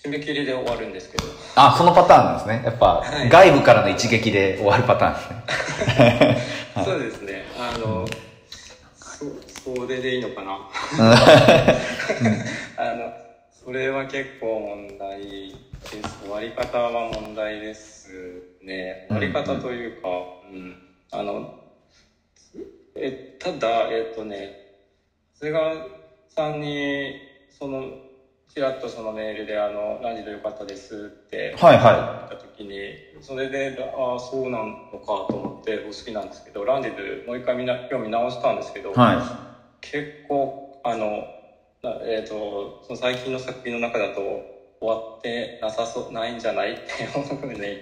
Speaker 2: 締め切りで終わるんですけど、
Speaker 1: あ、そのパターンなんですね。やっぱ、
Speaker 2: はい
Speaker 1: 外部からの一撃で終わるパターンですね。
Speaker 2: そうですね、あの、そそれでいいのかな。あの、それは結構問題です。終わり方は問題ですね。
Speaker 1: うん
Speaker 2: 終わり方というか、うん。あの、え、ただ、えっとね、長谷川さんに、その、ちらっとそのメールで、あの、ラジオ良かったですって、
Speaker 1: はいは
Speaker 2: った時にそれでああそうなのかと思ってお好きなんですけどランディズもう一回みんな興味直したんですけど、
Speaker 1: い。は
Speaker 2: 結構あのなえっ、とその最近の作品の中だと終わってなさそうないんじゃないって思うね
Speaker 1: い。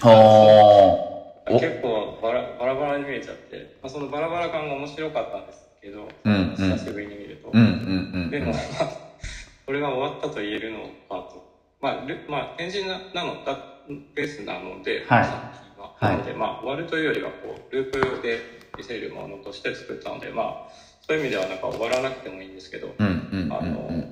Speaker 1: ほお
Speaker 2: 結構バラバラバラに見えちゃって、まあ、そのバラバラ感が面白かったんですけど、
Speaker 1: うんうん
Speaker 2: 久しぶりに見ると、
Speaker 1: ー。うんうんう
Speaker 2: で
Speaker 1: んう
Speaker 2: も、 ま
Speaker 1: ん。
Speaker 2: あ、これが終わったと言えるのかと。まあ、ルまあ、展示ななのだ、ベースなので、
Speaker 1: はい
Speaker 2: 作品は
Speaker 1: はい
Speaker 2: なので、まあ、終わるというよりは、こう、ループで見せるものとして作ったので、まあ、そういう意味では、なんか終わらなくてもいいんですけど、
Speaker 1: うんうん
Speaker 2: あ
Speaker 1: うんうん。
Speaker 2: の、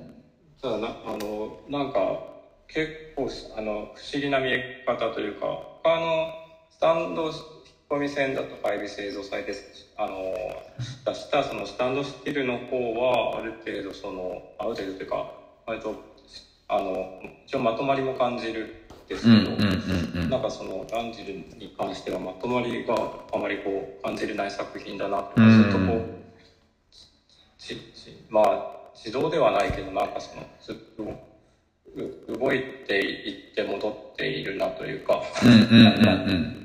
Speaker 2: ただな、あの、なんか、結構、あの、不思議な見え方というか、他の、スタンド、引っ込み線だとか、エビ製造祭です。あの、出した、その、スタンドスティルの方は、ある程度、その、ある程度というか、割と、あの、一応まとまりも感じるんですけ
Speaker 1: う
Speaker 2: ど、
Speaker 1: んうんうんう
Speaker 2: なん
Speaker 1: ん。
Speaker 2: かそのランジルに関してはまとまりがあまりこう感じれない作品だなとか
Speaker 1: うん
Speaker 2: ずっとこうちちまあ自動ではないけどなんかそのずっとう動いていって戻っているなというか
Speaker 1: うんうんうんうん。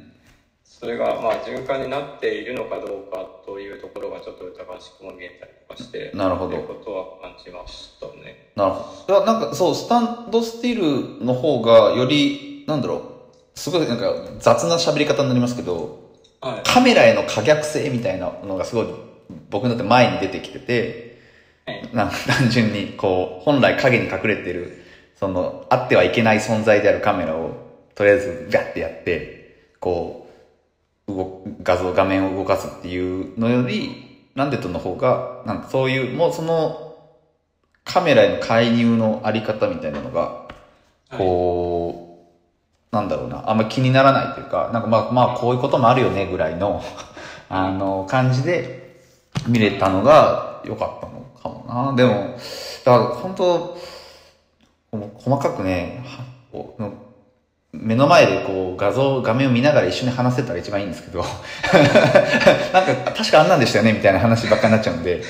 Speaker 2: それがまあ循環になっているのかどうかというところがちょっと疑わしくも見えたりとかして
Speaker 1: なるほど
Speaker 2: ということは感じましたね。
Speaker 1: なるほど。いやなんかそう、スタンドスティールの方がより、なんだろう、すごいなんか雑な喋り方になりますけど、
Speaker 2: はい。
Speaker 1: カメラへの可逆性みたいなのがすごい僕にとって前に出てきてて、
Speaker 2: はい
Speaker 1: なんか単純にこう、本来影に隠れてる、その、あってはいけない存在であるカメラを、とりあえずガッてやって、こう、動画像、画面を動かすっていうのより、ランデットの方が、なんかそういう、もうその、カメラへの介入のあり方みたいなのが、
Speaker 2: はい
Speaker 1: こう、なんだろうな、あんま気にならないというか、なんかまあまあこういうこともあるよねぐらいの、あの、感じで見れたのが良かったのかもな。でも、だから本当、こう細かくね、はこうの目の前でこう画像、画面を見ながら一緒に話せたら一番いいんですけど、 なんか確かあんなんでしたよねみたいな話ばっかりになっちゃうんで、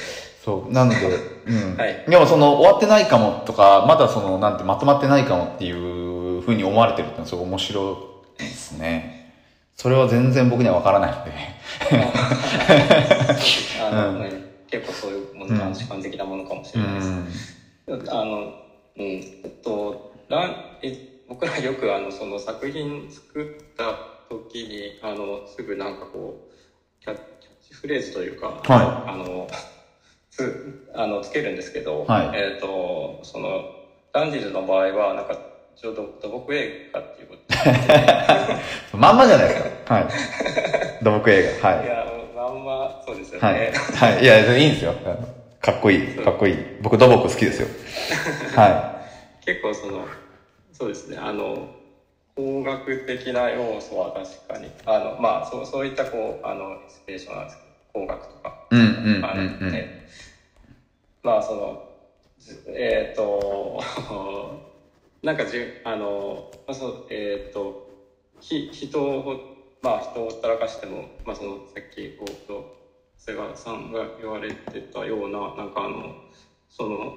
Speaker 1: そう、なので、うん。
Speaker 2: はい
Speaker 1: でもその終わってないかもとか、まだそのなんてまとまってないかもっていう風に思われてるってのはすごい面白いですね。それは全然僕にはわからないので。
Speaker 2: あ
Speaker 1: う
Speaker 2: の
Speaker 1: ん
Speaker 2: はい結構そういうものが主観的なものかもしれないです。あの、うん、えっと、ラン、え、僕らよくあの、その作品作った時に、あの、すぐなんかこう、キャキャッチフレーズというか、
Speaker 1: は
Speaker 2: あの、つ、あの、つけるんですけど、
Speaker 1: はい
Speaker 2: えっと、その、ランジルの場合は、なんか、ちょうど土木映画っていうこと
Speaker 1: まんまじゃないですか。 はい。土木映 画。はいい。
Speaker 2: や、まんま、そうですよね。
Speaker 1: はい。はい。いや、いいんですよ。かっこいい。かっこいい。僕土木好き ですよ。は
Speaker 2: 結構そのそうですねあの工学的な要素は確かにあのまあそうそういったこうあのインスピレーションなんですけど工学とか
Speaker 1: い。うんうんうん
Speaker 2: ある
Speaker 1: う
Speaker 2: の
Speaker 1: ん。
Speaker 2: で、まあそのずえっ、と なんかじゅあの、まあ、そうえっ、とひ人をまあ人をほったらかしても、まあ、そのさっきこうと瀬川さんが言われてたようななんかあのその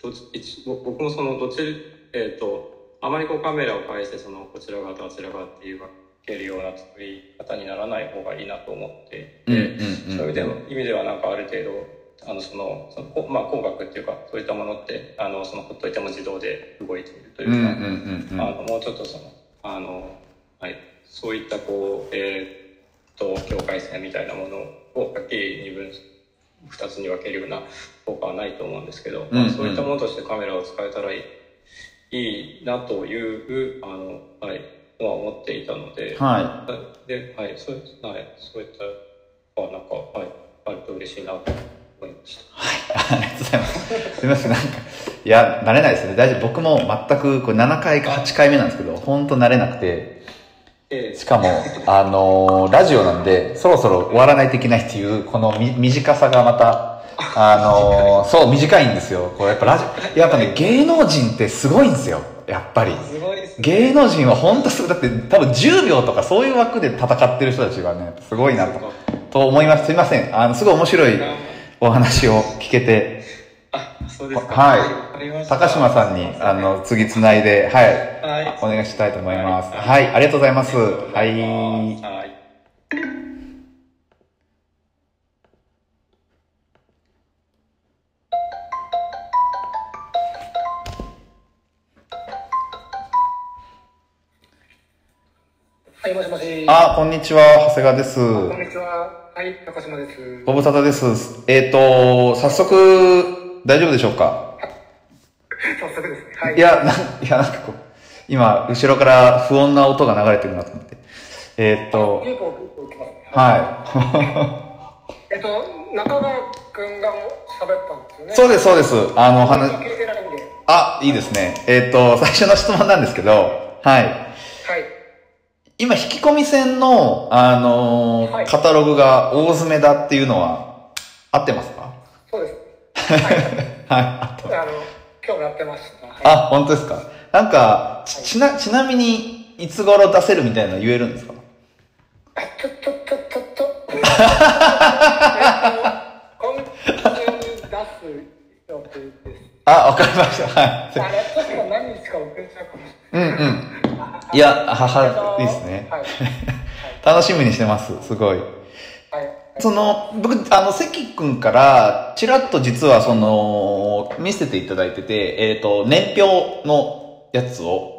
Speaker 2: どっち一僕もそのどっちえっ、とあまりこうカメラを介してそのこちら側とあちら側っていう分けるような作り方にならない方がいいなと思って、
Speaker 1: うんうんうん。
Speaker 2: そういう意味では意味ではなんかある程度あのそのそのこまあ工学っていうかそういったものってあのそのほっといても自動で動いているという
Speaker 1: うんうん
Speaker 2: か、
Speaker 1: うん
Speaker 2: あのもうちょっとそのあの、はい、そういったこうえーっと境界線みたいなものをはっきり二分二つに分けるような効果はないと思うんですけど、
Speaker 1: うん
Speaker 2: ま
Speaker 1: うん
Speaker 2: あ、そういったものとしてカメラを使えたらいいいいなというあの、はい、のは思っていたので
Speaker 1: う。ん。は
Speaker 2: で、はい、そうはい、そういった、あ、なんか、はい、あると嬉しいなと思いまし
Speaker 1: い。ありがとうございます。すみません。なんか、いや、慣れないですね。大丈夫。僕も全く、これ7回か8回目なんですけど、ほんと慣れなくて。
Speaker 2: た。で
Speaker 1: し、かも、あのーラジオなんで、そろそろ終わらないといけないっていう、このみ短さがまた、あのーそう、短いんですよ。これやっぱラジオ、やっぱね、芸能人ってすごいんですよ。やっぱり。
Speaker 2: すごいですね。
Speaker 1: 芸能人は本当すごい。だって多分10秒とかそういう枠で戦ってる人たちがね、すごいなと、と思います。すいません。あの、すごい面白いお話を聞けて、
Speaker 2: あ、そうですか。
Speaker 1: はい
Speaker 2: わかりました
Speaker 1: 高島さんに、あ、の、次つないで、はい、
Speaker 2: はい。
Speaker 1: お願いしたいと思います。はい、ありがとうございます。はい。
Speaker 2: はい。
Speaker 3: はい、もしもし。
Speaker 1: あ、こんにちは、長谷川です。
Speaker 3: こんにちは。はい、高島です。
Speaker 1: ご無沙汰です。えっ、と、早速、大丈夫でしょうか、、
Speaker 3: 早速ですね。はいい。
Speaker 1: や、なんいや、なんかこう、今、後ろから不穏な音が流れてるなと思って。えっ、と、
Speaker 3: 結構、結構いきますね。
Speaker 1: は
Speaker 3: えっと、中川くんが喋ったんですよ
Speaker 1: い。
Speaker 3: ね。
Speaker 1: そう
Speaker 3: う
Speaker 1: です、そうです。あの、お話、
Speaker 3: 聞いてないんで。は
Speaker 1: あ、いいですね。えっ、と、最初の質問なんですけど、はい。
Speaker 3: い。
Speaker 1: 今、引き込み線の、あのー
Speaker 3: はい
Speaker 1: カタログが大詰めだっていうのは、合ってますか
Speaker 3: そうで す。はい。
Speaker 1: はい、合って
Speaker 3: あの、今日もやってました。はい、
Speaker 1: あ、本当ですか。なんか、ちちな、ちなみに、いつ頃出せるみたいなの言えるんですか
Speaker 3: あちょっと、ちょっと、ち ょっと。えっと今週に出す予定です。
Speaker 1: あ、わかりました。はい。
Speaker 3: あれ、ちょっと何日か遅れちゃうかもし
Speaker 1: うんうん。いや、は
Speaker 3: れない。
Speaker 1: は、いいですね。
Speaker 3: はい。
Speaker 1: 楽しみにしてます。すごい。
Speaker 3: はい。
Speaker 1: その、僕、あの、関くんから、ちらっと実は、その、見せていただいてて、えっ、と、年表のやつを、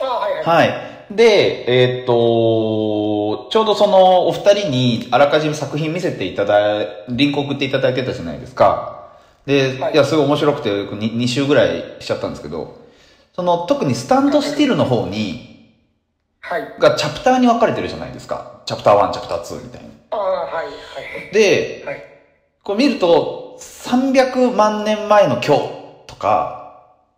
Speaker 3: あはいはい。
Speaker 1: はい。で、えーっと、ちょうどそのお二人にあらかじめ作品見せていただい、リンク送っていただいてたじゃないですか。で、、
Speaker 3: はいい
Speaker 1: や、すごい面白くて、2, 2週ぐらいしちゃったんですけど、その、特にスタンドスティルの方に、
Speaker 3: はい。
Speaker 1: がチャプターに分かれてるじゃないですか。チャプター1、チャプター2みたいな。
Speaker 3: あはい
Speaker 1: で、
Speaker 3: はい。はい。
Speaker 1: こう見ると、300万年前の今日とか、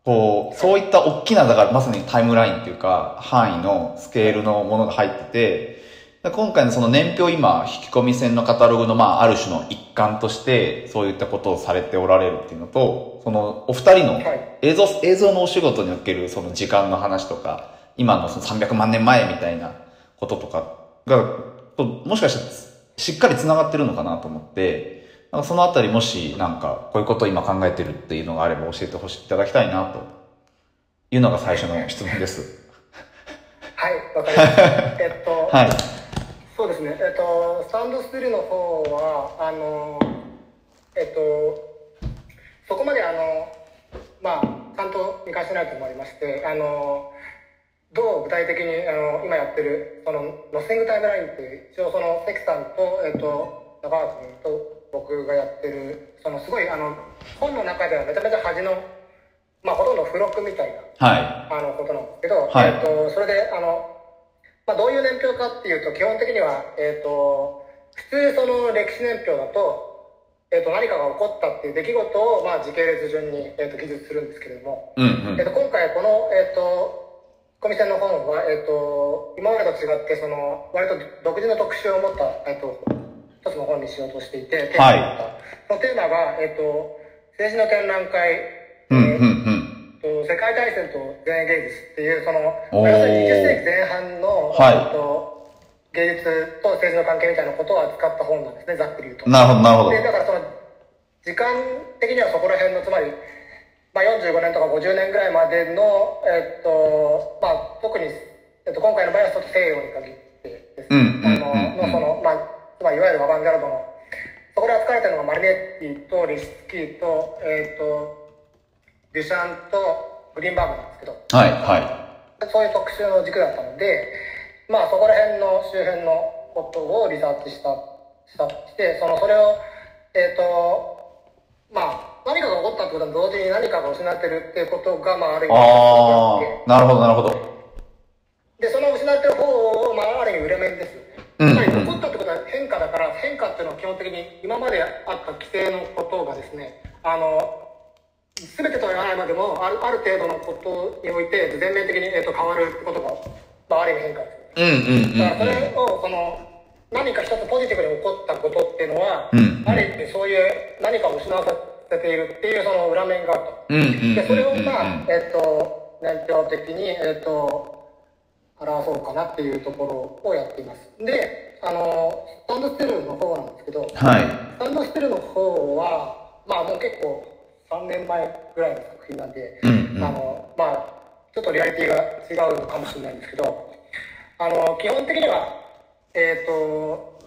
Speaker 1: こう、そういった大きな、だからまさにタイムラインっていうか、範囲のスケールのものが入ってて、で今回のその年表今、引き込み線のカタログのまあ、ある種の一環として、そういったことをされておられるっていうのと、その、お二人の
Speaker 3: はい
Speaker 1: 映像、映像のお仕事におけるその時間の話とか、今のその300万年前みたいなこととかが、ともしかしたらしっかり繋がってるのかなと思って、なんかそのあたりもしなんかこういうことを今考えてるっていうのがあれば教えてほしい、いただきたいなというのが最初の質問です。
Speaker 3: はい。わかり ました。えっと、
Speaker 1: はい。
Speaker 3: そうですね。えっと、スタンドスティルの方は、あの、えっと、そこまであの、まあ、ちゃんと見返してないともありまして、あの、どう具体的にあの今やってるそのノッシングタイムラインっていう一応その関さんと,、えっと中川君と僕がやってるそのすごいあの本の中ではめちゃめちゃ端の、まあ、ほとんど付録みたいな
Speaker 1: はい。
Speaker 3: あのことなんですけど、
Speaker 1: はい
Speaker 3: えっとそれであの、まあ、どういう年表かっていうと基本的には、えっと普通その歴史年表だと,、えっと何かが起こったっていう出来事を、まあ、時系列順に、えっと記述するんですけれども。
Speaker 1: うんうん。
Speaker 3: えっと、今回この、えっと、コミセンの本は、えっと、今までと違ってその割と独自の特集を持った、えっと、一つの本にしようとしていてテーマ
Speaker 1: はい
Speaker 3: を持ったそのテーマが、えっと、政治の展覧会、
Speaker 1: うんうんう
Speaker 3: え
Speaker 1: ん。
Speaker 3: っと世界大戦と前衛芸術っていうその
Speaker 1: おー
Speaker 3: 要するに20世紀前半の、
Speaker 1: はい
Speaker 3: えっと、芸術と政治の関係みたいなことを扱った本なんですねざっくり言うと。
Speaker 1: なるほど、なるほど。
Speaker 3: でだからその時間的にはそこら辺のつまり、まあ、45年とか50年ぐらいまでの、えっとまあ、特に、えっと、今回の場合はちょっと西洋に限ってです
Speaker 1: うんうんうんうん
Speaker 3: あののその、まあ、つまりいわゆるワバンギャルドのそこで扱われてるのがマリネッティとリスキーと,、えっとデュシャンとグリーンバーグなんですけど。
Speaker 1: はい、は
Speaker 3: そういう特集の軸だったので、まあ、そこら辺の周辺のことをリサーチした、したして、そのそれを、えっ、と、まあ、何かが起こったってことは同時に何かが失ってるっていうことが、まあ、あ
Speaker 1: い。
Speaker 3: る意味あ
Speaker 1: あ
Speaker 3: って
Speaker 1: あ、なるほど、なるほど。
Speaker 3: で、その失ってる方を、まあ、ある意味裏面ですよね。
Speaker 1: うん
Speaker 3: つまり残ったってことは変化だから、変化っていうのは基本的に今まであった規制のことがですね、あの、全てとは言わないまでも、あるある程度のことにおいて、全面的に、えっと変わるってことが、まあ、ある意味変化ですよね。
Speaker 1: うんうんうん
Speaker 3: だからそれをその何か一つポジティブに起こったことっていうのは、
Speaker 1: うん
Speaker 3: ある意味そういう何かを失わせているっていうその裏面があると。
Speaker 1: うん。うんうんうん。
Speaker 3: でそれを
Speaker 1: うん
Speaker 3: まあ、えっと年表的に、えっと表そうかなっていうところをやっています。であのスタンドステルの方なんですけど、
Speaker 1: はい。
Speaker 3: スタンドステルの方はまあもう結構3年前ぐらいの作品なんで、
Speaker 1: うんう
Speaker 3: あ
Speaker 1: ん。
Speaker 3: のまあちょっとリアリティが違うのかもしれないんですけどあの基本的にはえっ、と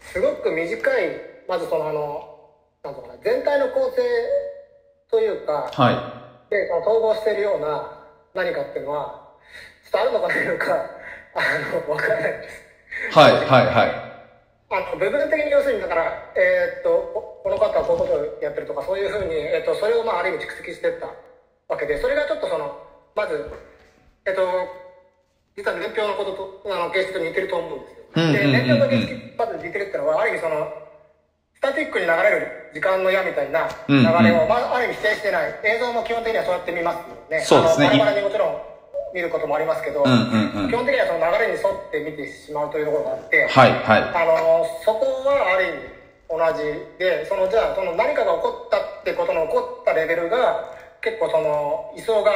Speaker 3: すごく短いまずそのあのなんとかな全体の構成というか
Speaker 1: は
Speaker 3: でその統合しているような何かっていうのはちょっとあるのかというかあのわからないです。
Speaker 1: い。はい、はい、はい。
Speaker 3: あの部分的に要するにだから、えーっとここの方はこういうことをやってるとかそういうふうに、えーっとそれをまあある意味蓄積していったわけでそれがちょっとそのまず、えーっと実は年表のこととあの形式と似てると思うんですよ。
Speaker 1: うんうんうんうん
Speaker 3: で年表と形式まず似てるっていうのはある意味そのスタティックに流れる時間の矢みたいな流れ
Speaker 1: うん
Speaker 3: を、まあ、ある意味否定してない映像も基本的にはそうやって見ますよね。
Speaker 1: そうですね
Speaker 3: あのバラバラにもちろん見ることもありますけど、
Speaker 1: うんうんうん
Speaker 3: 基。本的にはその流れに沿って見てしまうというところがあって。
Speaker 1: はい、は
Speaker 3: あのそこはある意味同じでそのじゃあその何かが起こったってことの起こったレベルが結構その位相が、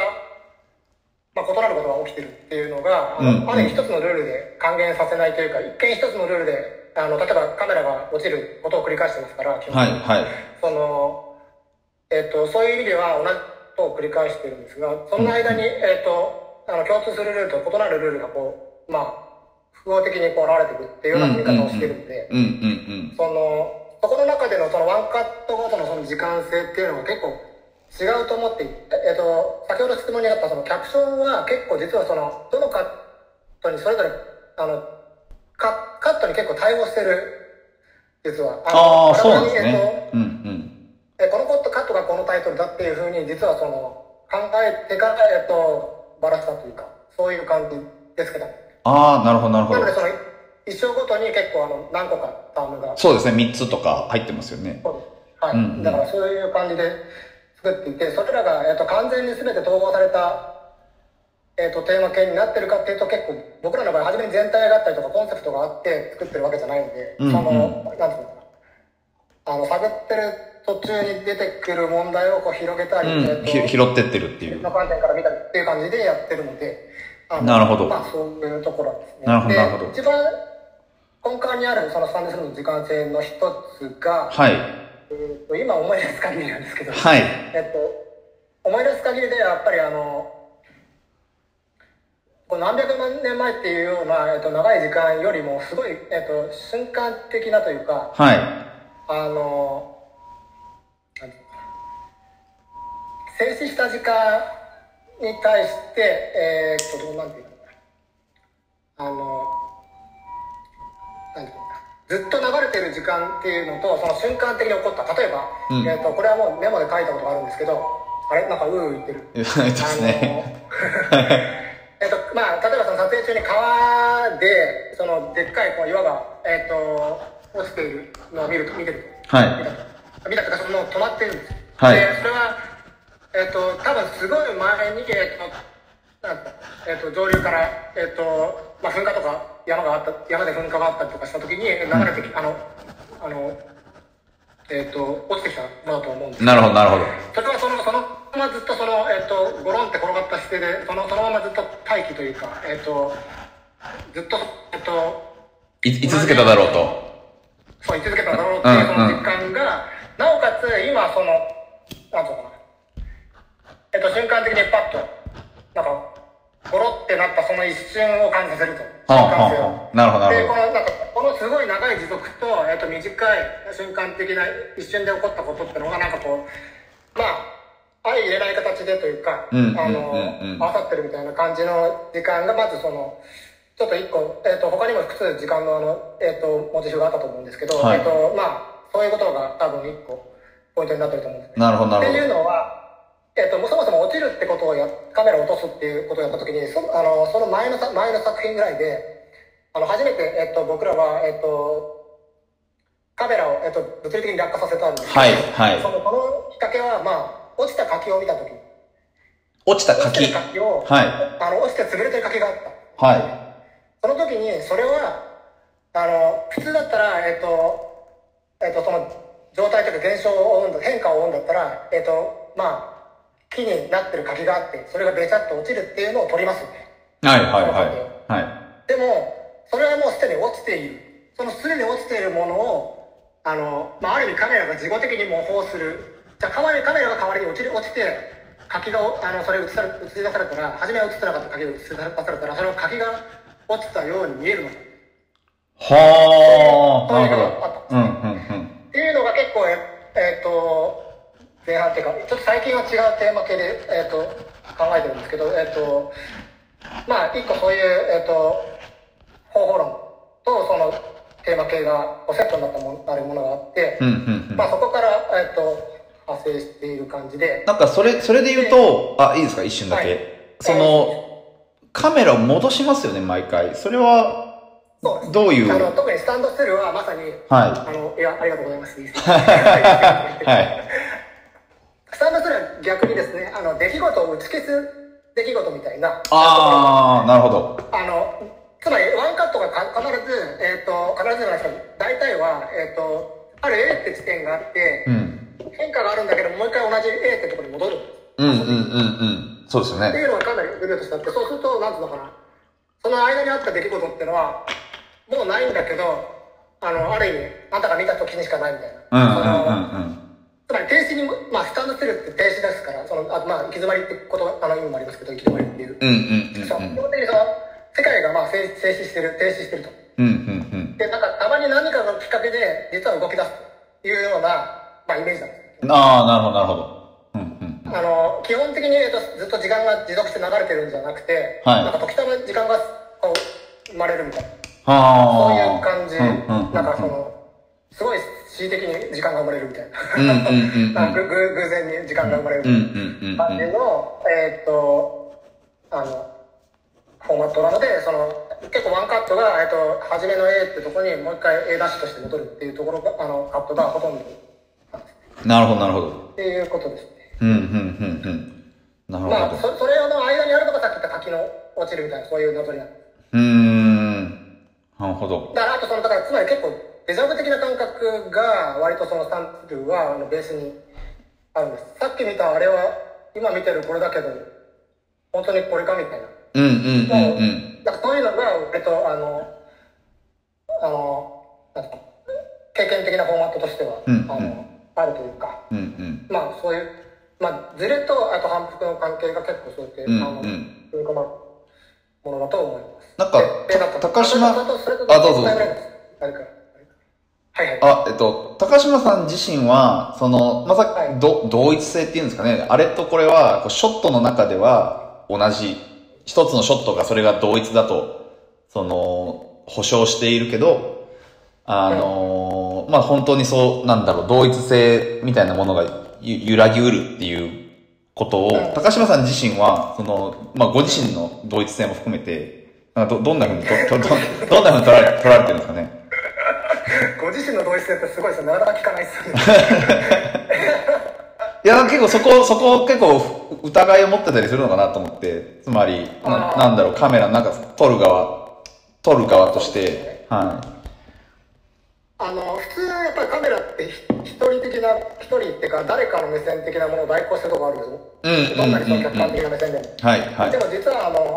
Speaker 3: まあ、異なることが起きてるっていうのが、あの
Speaker 1: うん
Speaker 3: ある意味一つのルールで還元させないというか一見一つのルールであの例えばカメラが落ちることを繰り返してますから基
Speaker 1: い。
Speaker 3: 本的に
Speaker 1: はい、はい。
Speaker 3: その、えっと、そういう意味では同じことを繰り返してるんですが、その間に、えっと、あの共通するルールと異なるルールがこう、まあ、複合的にこう現れてくるっていうような見方をしてるんで、
Speaker 1: うんうん
Speaker 3: その、そこの中でのそのワンカットごとのその時間性っていうのが結構違うと思っていて、えっと、先ほど質問にあったそのキャプションは結構実はそのどのカットにそれぞれあのカカットに結構対応してる実は
Speaker 1: ああ、そうなん
Speaker 3: の
Speaker 1: です
Speaker 3: 我々にえっと
Speaker 1: ね。うんうん。
Speaker 3: えこのコットカットがこのタイトルだっていうふうに実はその考えてから、えっと、バラしたというかそういう感じですけど
Speaker 1: ああ、なるほど、なるほ
Speaker 3: な
Speaker 1: ど
Speaker 3: ので。その一生ごとに結構あの何個かタームが
Speaker 1: そうですね、3つとか入ってますよね。
Speaker 3: は
Speaker 1: う
Speaker 3: い、
Speaker 1: んうん
Speaker 3: だからそういう感じで作っていてそれらが、えっと完全に全て統合された、えっとテーマ系になってるかっていうと結構僕らの場合初めに全体があったりとかコンセプトがあって作ってるわけじゃないんで、
Speaker 1: うんうん
Speaker 3: そのなんていうのかなあの探ってる途中に出てくる問題をこう広げたり、え
Speaker 1: うん、
Speaker 3: っと
Speaker 1: ひ拾ってってるっていう
Speaker 3: の。観点から見たりっていう感じでやってるので、あの
Speaker 1: なるほど
Speaker 3: まあそういうところですね。
Speaker 1: なるほど
Speaker 3: で
Speaker 1: なるほど
Speaker 3: 一番根幹にあるそのサンデスの時間性の一つが、
Speaker 1: はい。
Speaker 3: えーと今思い出す限りなんですけど、
Speaker 1: はい。
Speaker 3: えっと、思い出す限りでやっぱりあの、こう何百万年前っていうような、えっと、長い時間よりもすごい、えっと、瞬間的なというか、
Speaker 1: はい。
Speaker 3: あの、なんていうのかな静止した時間に対して、えー、っと、どうなんていうのかな。あの、なんていうのかな。ずっと流れてる時間っていうのと、その瞬間的に起こった。例えば、
Speaker 1: うん
Speaker 3: えーっと、これはもうメモで書いたことがあるんですけど、あれなんかうーうー言ってる。
Speaker 1: えっ とですね。
Speaker 3: あのえっとまあ、例えばその撮影中に川でそのでっかいこう岩が、えっと落ちているのを見ると見てる
Speaker 1: は
Speaker 3: と見
Speaker 1: い。
Speaker 3: たと見たというかその止まってるんです、
Speaker 1: はい
Speaker 3: でそれは、えっと多分すごい前に、えっとなんかえっと上流から、えっとまあ、噴火とか山があった山で噴火があったりとかした時に流れてき、あのあの、えっと落ちてきたものだと思うんです
Speaker 1: なるほど、なるほど。
Speaker 3: それはそのそのままずっとその、えっとゴロンって転がった姿勢でそのそのままずっと待機というか、えっとずっと、えっと
Speaker 1: い、い続けただろうと。
Speaker 3: そう居続けただろうっていうその
Speaker 1: うんうん
Speaker 3: 実感が、なおかつ今そのなんていうのかな、えっと瞬間的にパッとなんかゴロってなったその一瞬を感じさせると
Speaker 1: はあ、
Speaker 3: 瞬間性を
Speaker 1: はあ、なるほど、な
Speaker 3: で
Speaker 1: る
Speaker 3: こ
Speaker 1: ほ
Speaker 3: のなんかこのすごい長い持続と,、えっと短い瞬間的な一瞬で起こったことってのがなんかこうまあ相入れない形でというか、
Speaker 1: うんうんうんうん
Speaker 3: あの合わさってるみたいな感じの時間がまずそのちょっと一個、えっと他にも複数時間のあの、えっとモチーフがあったと思うんですけど、
Speaker 1: はい
Speaker 3: えっとまあ、そういうことが多分一個ポイントになってると思うんですね
Speaker 1: ど。なるほど、な
Speaker 3: って
Speaker 1: る
Speaker 3: い
Speaker 1: ほ
Speaker 3: う
Speaker 1: ど。
Speaker 3: のは、えっと、そもそも落ちるってことをやカメラを落とすっていうことをやった時にそあのその前のさ前の作品ぐらいであの初めて、えっと、僕らは、えっと、カメラを、えっと、物理的に落下させたんですけど
Speaker 1: はい、はい
Speaker 3: そ。のこのきっかけは、まあ、落ちた柿を見た時
Speaker 1: 落ちた
Speaker 3: 落ちて
Speaker 1: 柿
Speaker 3: る。柿を、
Speaker 1: はい。
Speaker 3: あの落ちて潰れてる柿があった。
Speaker 1: は
Speaker 3: その時にそれはあの普通だったらえっ、とえっ、とその状態というか現象を追うんだ変化を追うんだったらえっ、とまあ木になってる柿があってそれがべちゃっと落ちるっていうのを取りますよね
Speaker 1: い。はい、はい、はい。はい。
Speaker 3: でもそれはもうすでに落ちているそのすでに落ちているものをあの、まあ、ある意味カメラが事後的に模倣するじゃあ代わりカメラが代わりに落ちる落ちて柿があのそれ映され映し出されたら初めは映ってなかった柿が映し出されたらその柿が落ちたように見えるのか
Speaker 1: はあ、なるほど。うん、うん、うん。
Speaker 3: っていうのが結構ええっ、と前半っていうかちょっと最近は違うテーマ系で、えっと考えてるんですけどえっ、とまあ一個そういう、えっと方法論とそのテーマ系がこうセットになったものあるものがあって、
Speaker 1: うん、うん、うん
Speaker 3: ま。あそこから、えっと派生している感じで
Speaker 1: なんかそれ、それで言うと、あ、いいですか一瞬だけ。
Speaker 3: はい
Speaker 1: その、カメラを戻しますよね、毎回。それは、
Speaker 3: そうです
Speaker 1: どういう、
Speaker 3: あ
Speaker 1: はい。
Speaker 3: の特にスタンドスルーはまさに
Speaker 1: は
Speaker 3: あのいやありがとうござい ます。
Speaker 1: い。はい。
Speaker 3: スタンドスルーは逆にですねあの出来事を打ち消す出来事みたいな
Speaker 1: あー、なるほど。
Speaker 3: あの、つまりワンカットがか必ず、えっ、と、必ずじゃないですか、大体は、えっ、と、ある A って地点があって
Speaker 1: う、ん。
Speaker 3: 変化があるんだけど、もう一回同じ A ってところに戻るっ
Speaker 1: うん、うん、うん、うん。そうですよ
Speaker 3: て
Speaker 1: ね。
Speaker 3: いうのがかなりグルーとしてあって、そうすると、なんつうのかな、その間にあった出来事っていうのは、もうないんだけど、あの、ある意味、あんたが見た時にしかないみたい
Speaker 1: うん、うん、う
Speaker 3: な。その
Speaker 1: ん、うん。
Speaker 3: つまり停止にも、まあ、スタンドスルーって停止ですから、その、あまあ、行き詰まりってこと、あの、意味もありますけど、行き詰まりっていう。
Speaker 1: うん、うん、うん、
Speaker 3: そう
Speaker 1: う
Speaker 3: 基
Speaker 1: ん。
Speaker 3: 本的にその、世界がまあ、静静止してる、停止してると。
Speaker 1: うん、うん、
Speaker 3: で、なんかたまに何かのきっかけで、実は動き出すというような、まあ、イメージなんです。
Speaker 1: うん。あー、なるほど、なるほど。うん、うん、
Speaker 3: あの基本的に、えっと、ずっと時間が持続して流れてるんじゃなくて、
Speaker 1: はい
Speaker 3: なんか時たま時間がこう生まれるみたいなそうい
Speaker 1: は
Speaker 3: う
Speaker 1: あ。
Speaker 3: 感じ、
Speaker 1: うんうん
Speaker 3: なんかそのすごい恣意的に時間が生まれるみたい
Speaker 1: うんうんうんうん
Speaker 3: な、なんかぐぐ偶然に時間が生まれるみ
Speaker 1: う
Speaker 3: たい
Speaker 1: んうん
Speaker 3: な。
Speaker 1: うん
Speaker 3: 感じの、えーっと、あの、フォーマットなので、その、結構ワンカットが、えーっと、初めの A ってとこにもう一回 A ダッシュとして戻るっていうところが、あの、カットがほとんど、
Speaker 1: うん。なるほど、なるほど。
Speaker 3: っていうことですね。
Speaker 1: うんうんうんうん。なるほ
Speaker 3: まあ、
Speaker 1: ど。
Speaker 3: そそれの間にあるのがさっき言った滝の落ちるみたいな、そういう謎になる。
Speaker 1: うーん。なるほど。
Speaker 3: だから、あとその、だから、つまり結構、デジャブ的な感覚が、割とそのスタンプは、あの、ベースにあるんです。さっき見たあれは、今見てるこれだけど、本当にこれかみたいな。
Speaker 1: うんうんうんうん。
Speaker 3: だからそういうのが、えっと、あの、あの、なんていうの経験的なフォーマットとしては、
Speaker 1: うんうん
Speaker 3: あの、あるというか、
Speaker 1: うんうん。
Speaker 3: まあそういう、まあ、ずれと、あと反復の関係が結構そうやって、
Speaker 1: うん
Speaker 3: あの、
Speaker 1: うん
Speaker 3: 組み込まれるものだと思います。
Speaker 1: なんか
Speaker 3: ででだと
Speaker 1: 高島
Speaker 3: あそれとそれと
Speaker 1: あどうぞ
Speaker 3: それぐらいですあれかはいはい。
Speaker 1: あ、えっと、高島さん自身は、その、まさ
Speaker 3: はい
Speaker 1: ど、同一性っていうんですかね、あれとこれは、こうショットの中では同じ、一つのショットがそれが同一だと、その、保証しているけど、あのーまあ、本当にそう、なんだろう、同一性みたいなものがゆ揺らぎうるっていうことを
Speaker 3: はい、
Speaker 1: 高島さん自身は、その、まあ、ご自身の同一性も含めて、なんかど、どんなふうにと、と、ど、どんなふうに取られ、取られてるんですかね。
Speaker 3: ご自身の同一性ってすごいですよ。なかなか聞かないですよね。
Speaker 1: いや、なんか結構そこ、そこ結構疑いを持ってたりするのかなと思って、つまり、な
Speaker 3: あー
Speaker 1: なんだろう、カメラなんか撮る側、撮る側として、は
Speaker 3: あの普通やっぱりカメラってひ一人的な一人っていうか誰かの目線的なものを代行してるとこあるんですよ
Speaker 1: うんうんうんうん
Speaker 3: どんなにその客観的な目線でも、
Speaker 1: い。はい、は
Speaker 3: で
Speaker 1: い。
Speaker 3: も実はあの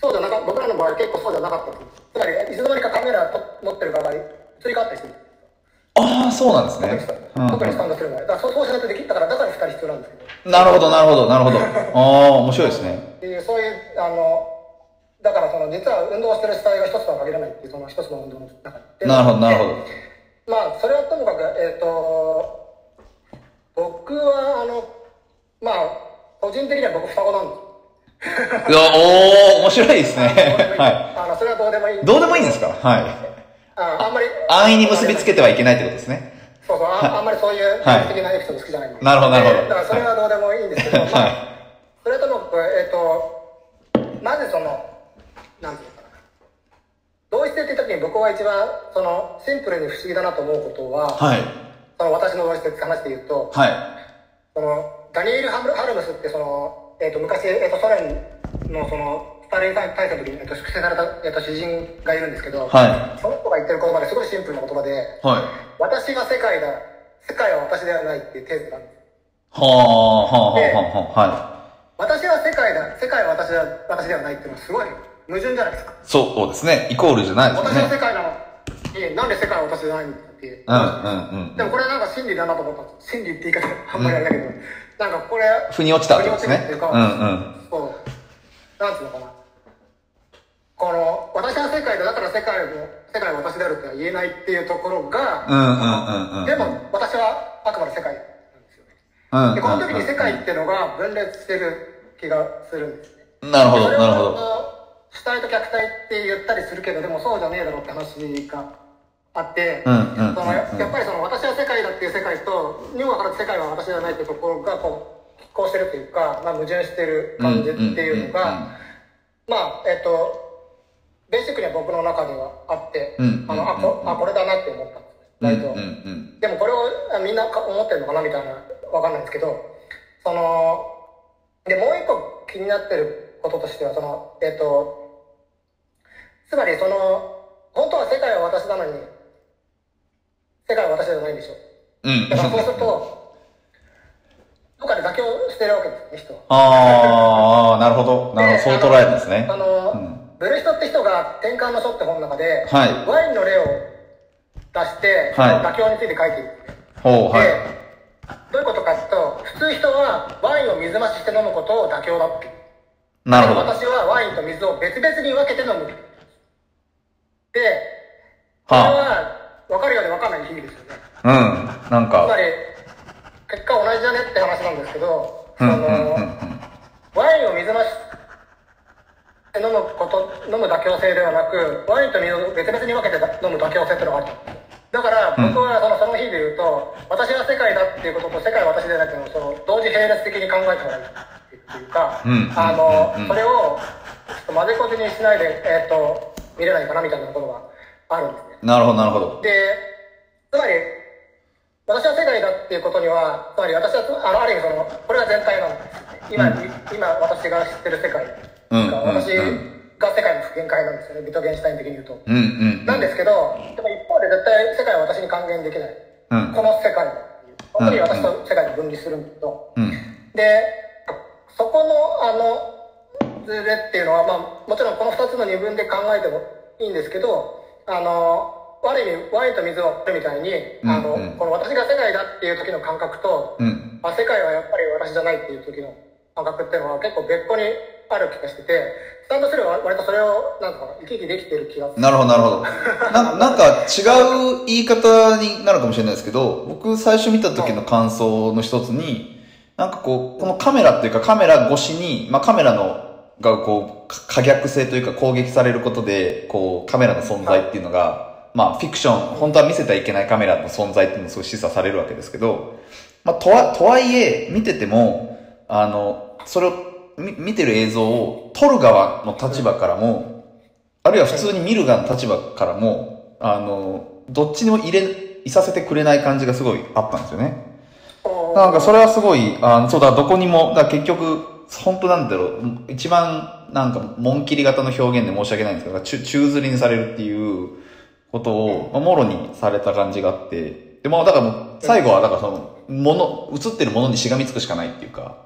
Speaker 3: そうじゃなか僕らの場合結構そうじゃなかったんですつまりいつの間にかカメラと持ってる側が移り変わったりする
Speaker 1: ああ、そうなんです
Speaker 3: 特に
Speaker 1: ね。うん
Speaker 3: 特にスタンドするのはだからそうそうしないとできだからだから二人必要なんですけど
Speaker 1: なるほど、なるほど、なる ほど。ああ、面白いですね。
Speaker 3: っていうそういうあのだからその実は運動してる主体が一つとは限らないっていうその一つの運動の中に
Speaker 1: なるほど、なるほど。
Speaker 3: まあそれはともかくえっ、と僕はあのまあ個人的には僕双子なんです
Speaker 1: いや、おー、面白いですね。 は
Speaker 3: あのそれはどうでもいい
Speaker 1: い。どうでもいいんですかはい。
Speaker 3: ああんまり
Speaker 1: 安易に結びつけてはいけないってことですね。
Speaker 3: そうそうああんまりそういう
Speaker 1: はい
Speaker 3: 個人的なエピソード好きじゃないんで
Speaker 1: なるほどなるほど
Speaker 3: でだからそれはどうでもいいんですけど、まあ
Speaker 1: は
Speaker 3: それともえっ、となぜそのなんていうのかな同一性って言った時に僕は一番そのシンプルに不思議だなと思うことは、
Speaker 1: い。はい。
Speaker 3: その私の同一性って話で言うと、
Speaker 1: はい。
Speaker 3: そのダニエル・ハムハルムスってその、えー、と昔、えー、とソ連のそのスターリン大戦の時に、えー、と粛清された、えー、と詩人がいるんですけど、
Speaker 1: は
Speaker 3: その人が言ってる言葉ですごいシンプルな言葉で
Speaker 1: い。はい。
Speaker 3: 「私が世界だ世界は私ではない」っていうテーゼなんです
Speaker 1: はあ、はあ、はあ、はあ、はい。
Speaker 3: 私は世界だ世界は私では私ではないっていうのはすごい矛盾じゃないですか
Speaker 1: そうですね。イコールじゃないです
Speaker 3: 私は
Speaker 1: ね。
Speaker 3: 世界なのになんで世界は私じゃないんだっていう、
Speaker 1: うんうんうん。
Speaker 3: でもこれなんか真理だなと思ったんです真理って言い方あんまりあれだけど、なんかこれ
Speaker 1: 腑に落ちたわけです
Speaker 3: 腑に落ち
Speaker 1: ね
Speaker 3: るって。いう
Speaker 1: う
Speaker 3: か
Speaker 1: んうん。
Speaker 3: そう。なんつうのかな。この、私は世界だ、だから世界も、世界は私であるっては言えないっていうところが、
Speaker 1: うんうんうんうん
Speaker 3: でも、私はあくまで世界なんですよね。
Speaker 1: うんうん
Speaker 3: で、この時に世界
Speaker 1: う
Speaker 3: っていうのが分裂してる気がするんですね。
Speaker 1: んなるほど、
Speaker 3: それを
Speaker 1: なるほど。
Speaker 3: 主体と客体って言ったりするけど、でもそうじゃねえだろって話があって、
Speaker 1: うんうんうんうん
Speaker 3: そのやっぱりその私は世界だっていう世界と、ニューアから世界は私じゃないっていうところがこう、拮抗してるというか、まあ、矛盾してる感じっていうのが、まあ、えっと、ベーシックには僕の中ではあって、
Speaker 1: うん
Speaker 3: あの、あ、
Speaker 1: うん
Speaker 3: こ
Speaker 1: うん
Speaker 3: あこれだなって思ったんです。
Speaker 1: うんう
Speaker 3: 割
Speaker 1: ん
Speaker 3: と。
Speaker 1: うん
Speaker 3: でもこれをあみんなか思ってるのかなみたいな、わかんないんですけど、その、で、もう一個気になってることとしては、その、えっと、つまりその、本当は世界は私なのに、世界は私じゃないんでしょ。
Speaker 1: うんうん
Speaker 3: だからそうする と、どっかで妥協してるわけですね、人は。
Speaker 1: ああ、なるほど。なるほど。そう捉えるんですね
Speaker 3: あ。の、
Speaker 1: うん
Speaker 3: ブルヒトって人が「転換の書」って本の中で、
Speaker 1: はい
Speaker 3: ワインの例を出して、
Speaker 1: はい
Speaker 3: 妥協について書いている、
Speaker 1: ほう、はい。
Speaker 3: でどういうことかっていうと普通人はワインを水増しして飲むことを妥協だっていう
Speaker 1: なるほど。は
Speaker 3: 私はワインと水を別々に分けて飲むでこれ
Speaker 1: あ。
Speaker 3: は分かるようで分かんない日々ですよね
Speaker 1: うん。なん
Speaker 3: つま
Speaker 1: か、
Speaker 3: り結果同じじゃねって話なんですけどそ
Speaker 1: うんうんうん
Speaker 3: の
Speaker 1: うん
Speaker 3: ワインを水増しで飲むこと飲む妥協性ではなくワインと水を別々に分けて飲む妥協性っていうのがあったんですだから
Speaker 1: うん
Speaker 3: 僕はそのその日で言うと、私は世界だっていうことと世界は私でないっていうのをその同時並列的に考えてもらうっていうか、
Speaker 1: うん
Speaker 3: あの、
Speaker 1: うんうんうん
Speaker 3: それをちょっと混ぜこじにしないで、えっと見れないかなみたいなところがあるんですね
Speaker 1: なるほど、なるほど。
Speaker 3: で、つまり、私は世界だっていうことには、つまり私はつあの、ある意味その、これが全体なんです。今、
Speaker 1: うん
Speaker 3: い今私が知ってる世界
Speaker 1: うんうんうん
Speaker 3: が、私が世界の限界なんですよね、ビトゲンシュタイン的に言うと。
Speaker 1: うんうん。
Speaker 3: なんですけど、でも一方で絶対世界は私に還元できない。
Speaker 1: うん
Speaker 3: この世界っていう本当に私
Speaker 1: う
Speaker 3: と世界に分離するんだけど、
Speaker 1: うん。
Speaker 3: で、そこの、あの、ズレっていうのは、まあ、もちろんこの2つの二分で考えてもいいんですけど、あの、ある意味、ワインと水をみたいに、あの、
Speaker 1: うんうん
Speaker 3: この私が世界だっていう時の感覚と、
Speaker 1: うん。
Speaker 3: あ世界はやっぱり私じゃないっていう時の感覚っていうのは結構別個にある気がしてて、スタンドすれば割とそれを、なんか、生き生きできてる気がする。
Speaker 1: なるほど、なるほど。ななんか違う言い方になるかもしれないですけど、僕最初見た時の感想の一つに、なんかこう、このカメラっていうかカメラ越しに、まあカメラの、がこう、か可逆性というか攻撃されることで、こう、カメラの存在っていうのが、まあフィクション、本当は見せてはいけないカメラの存在っていうのをすごい示唆されるわけですけど、まあとは、とはいえ、見てても、あの、それを、み見てる映像を撮る側の立場からも、あるいは普通に見る側の立場からも、あの、どっちにも入れ、いさせてくれない感じがすごいあったんですよね。なんかそれはすごい、あのそうだ、どこにも、だから結局、本当なんだろう、一番なんか、紋切り型の表現で申し訳ないんですけど、中宙吊りにされるっていうことを、まあ、もろにされた感じがあって、で、まあだからもう、最後はだからその、もの、映ってるものにしがみつくしかないっていうか、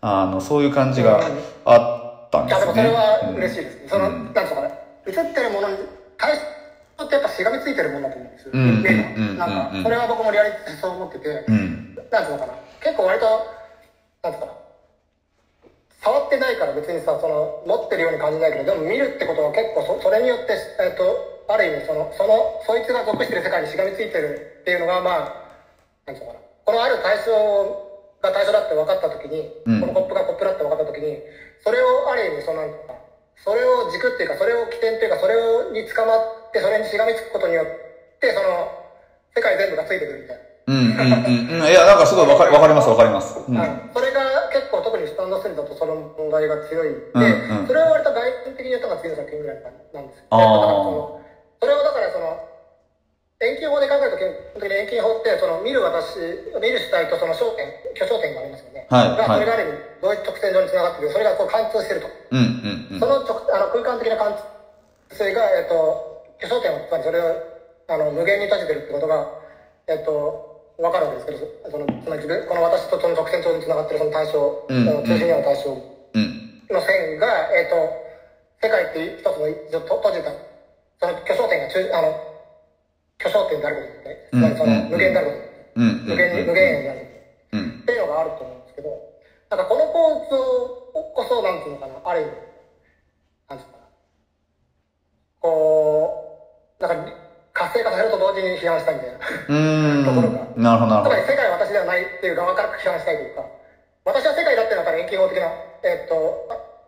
Speaker 1: あの、そういう感じがあったん
Speaker 3: い
Speaker 1: で
Speaker 3: や、
Speaker 1: す
Speaker 3: で
Speaker 1: よ
Speaker 3: も
Speaker 1: ね。
Speaker 3: それは嬉しいです。
Speaker 1: うん
Speaker 3: その、
Speaker 1: うん
Speaker 3: なんでしょうかね。映ってるものに対して、ってやっぱしがみついてるものだと思うんですよ。
Speaker 1: うんうん
Speaker 3: イメー
Speaker 1: うんうんう
Speaker 3: ジ
Speaker 1: ん
Speaker 3: がなんか、それは僕もリアリティとそう思ってて、
Speaker 1: うん。
Speaker 3: なんていうのかな。結構割と、なんていうのかな。触ってないから別にさ、その、持ってるように感じないけど、でも見るってことは結構そ、それによって、えっと、ある意味、その、その、そいつが属してる世界にしがみついてるっていうのが、まあ、なんていうのかな。このある対象が対象だって分かったときに、
Speaker 1: うん
Speaker 3: このコップがコップだって分かったときに、それをある意味、その、なんていうのかな。それを軸っていうか、それを起点っていうか、それをに捕まって、それにしがみつくことによって、その、世界全部がついてくるみたいな。
Speaker 1: うんうんうんうん。いや、なんかすごいわかわかりますわかります。うん。
Speaker 3: はいそれが結構特にスタンドスリーだとその問題が強いで、
Speaker 1: うんうん
Speaker 3: それは割と外見的に言ったのが次の作品ぐらいなんですけ
Speaker 1: あー
Speaker 3: ど、だからそのそれをだからその遠近法で考えると基本的に遠近法ってその見る私見る主体とその焦点巨焦点がありますよね、
Speaker 1: はいはい
Speaker 3: がそれがある意味同一直線上につながってるそれがこう貫通してると、
Speaker 1: うんうんうん
Speaker 3: そ。の直あの空間的な貫通性が、えっと、巨焦点をつまりそれをあの無限に閉じてるってことが、えっと、分かるわけですけどそそのつまり自分この私とその直線上につながってるその対象、
Speaker 1: うん
Speaker 3: その中心にある対象
Speaker 1: うん。
Speaker 3: の線が、えっと、世界っていう一つの一と閉じたその巨焦点が中あの巨焦点であることですねつまりそ
Speaker 1: うんうんう
Speaker 3: の
Speaker 1: ん
Speaker 3: 無限であること、
Speaker 1: うん。うん
Speaker 3: 無限に無限円であること
Speaker 1: うん。
Speaker 3: っていうのがあると思うんですけど、なんかこの構図をこそ、なんていうのかな、ある意味、なんていうのかな、こう、なんか活性化させると同時に批判したいみたいな。
Speaker 1: うーん。
Speaker 3: ところが
Speaker 1: なるほど、なる
Speaker 3: つ
Speaker 1: ほど
Speaker 3: まり。世界は私ではないっていう側から批判したいというか、私は世界だっていうのはやっぱり遠近法的な、えっと、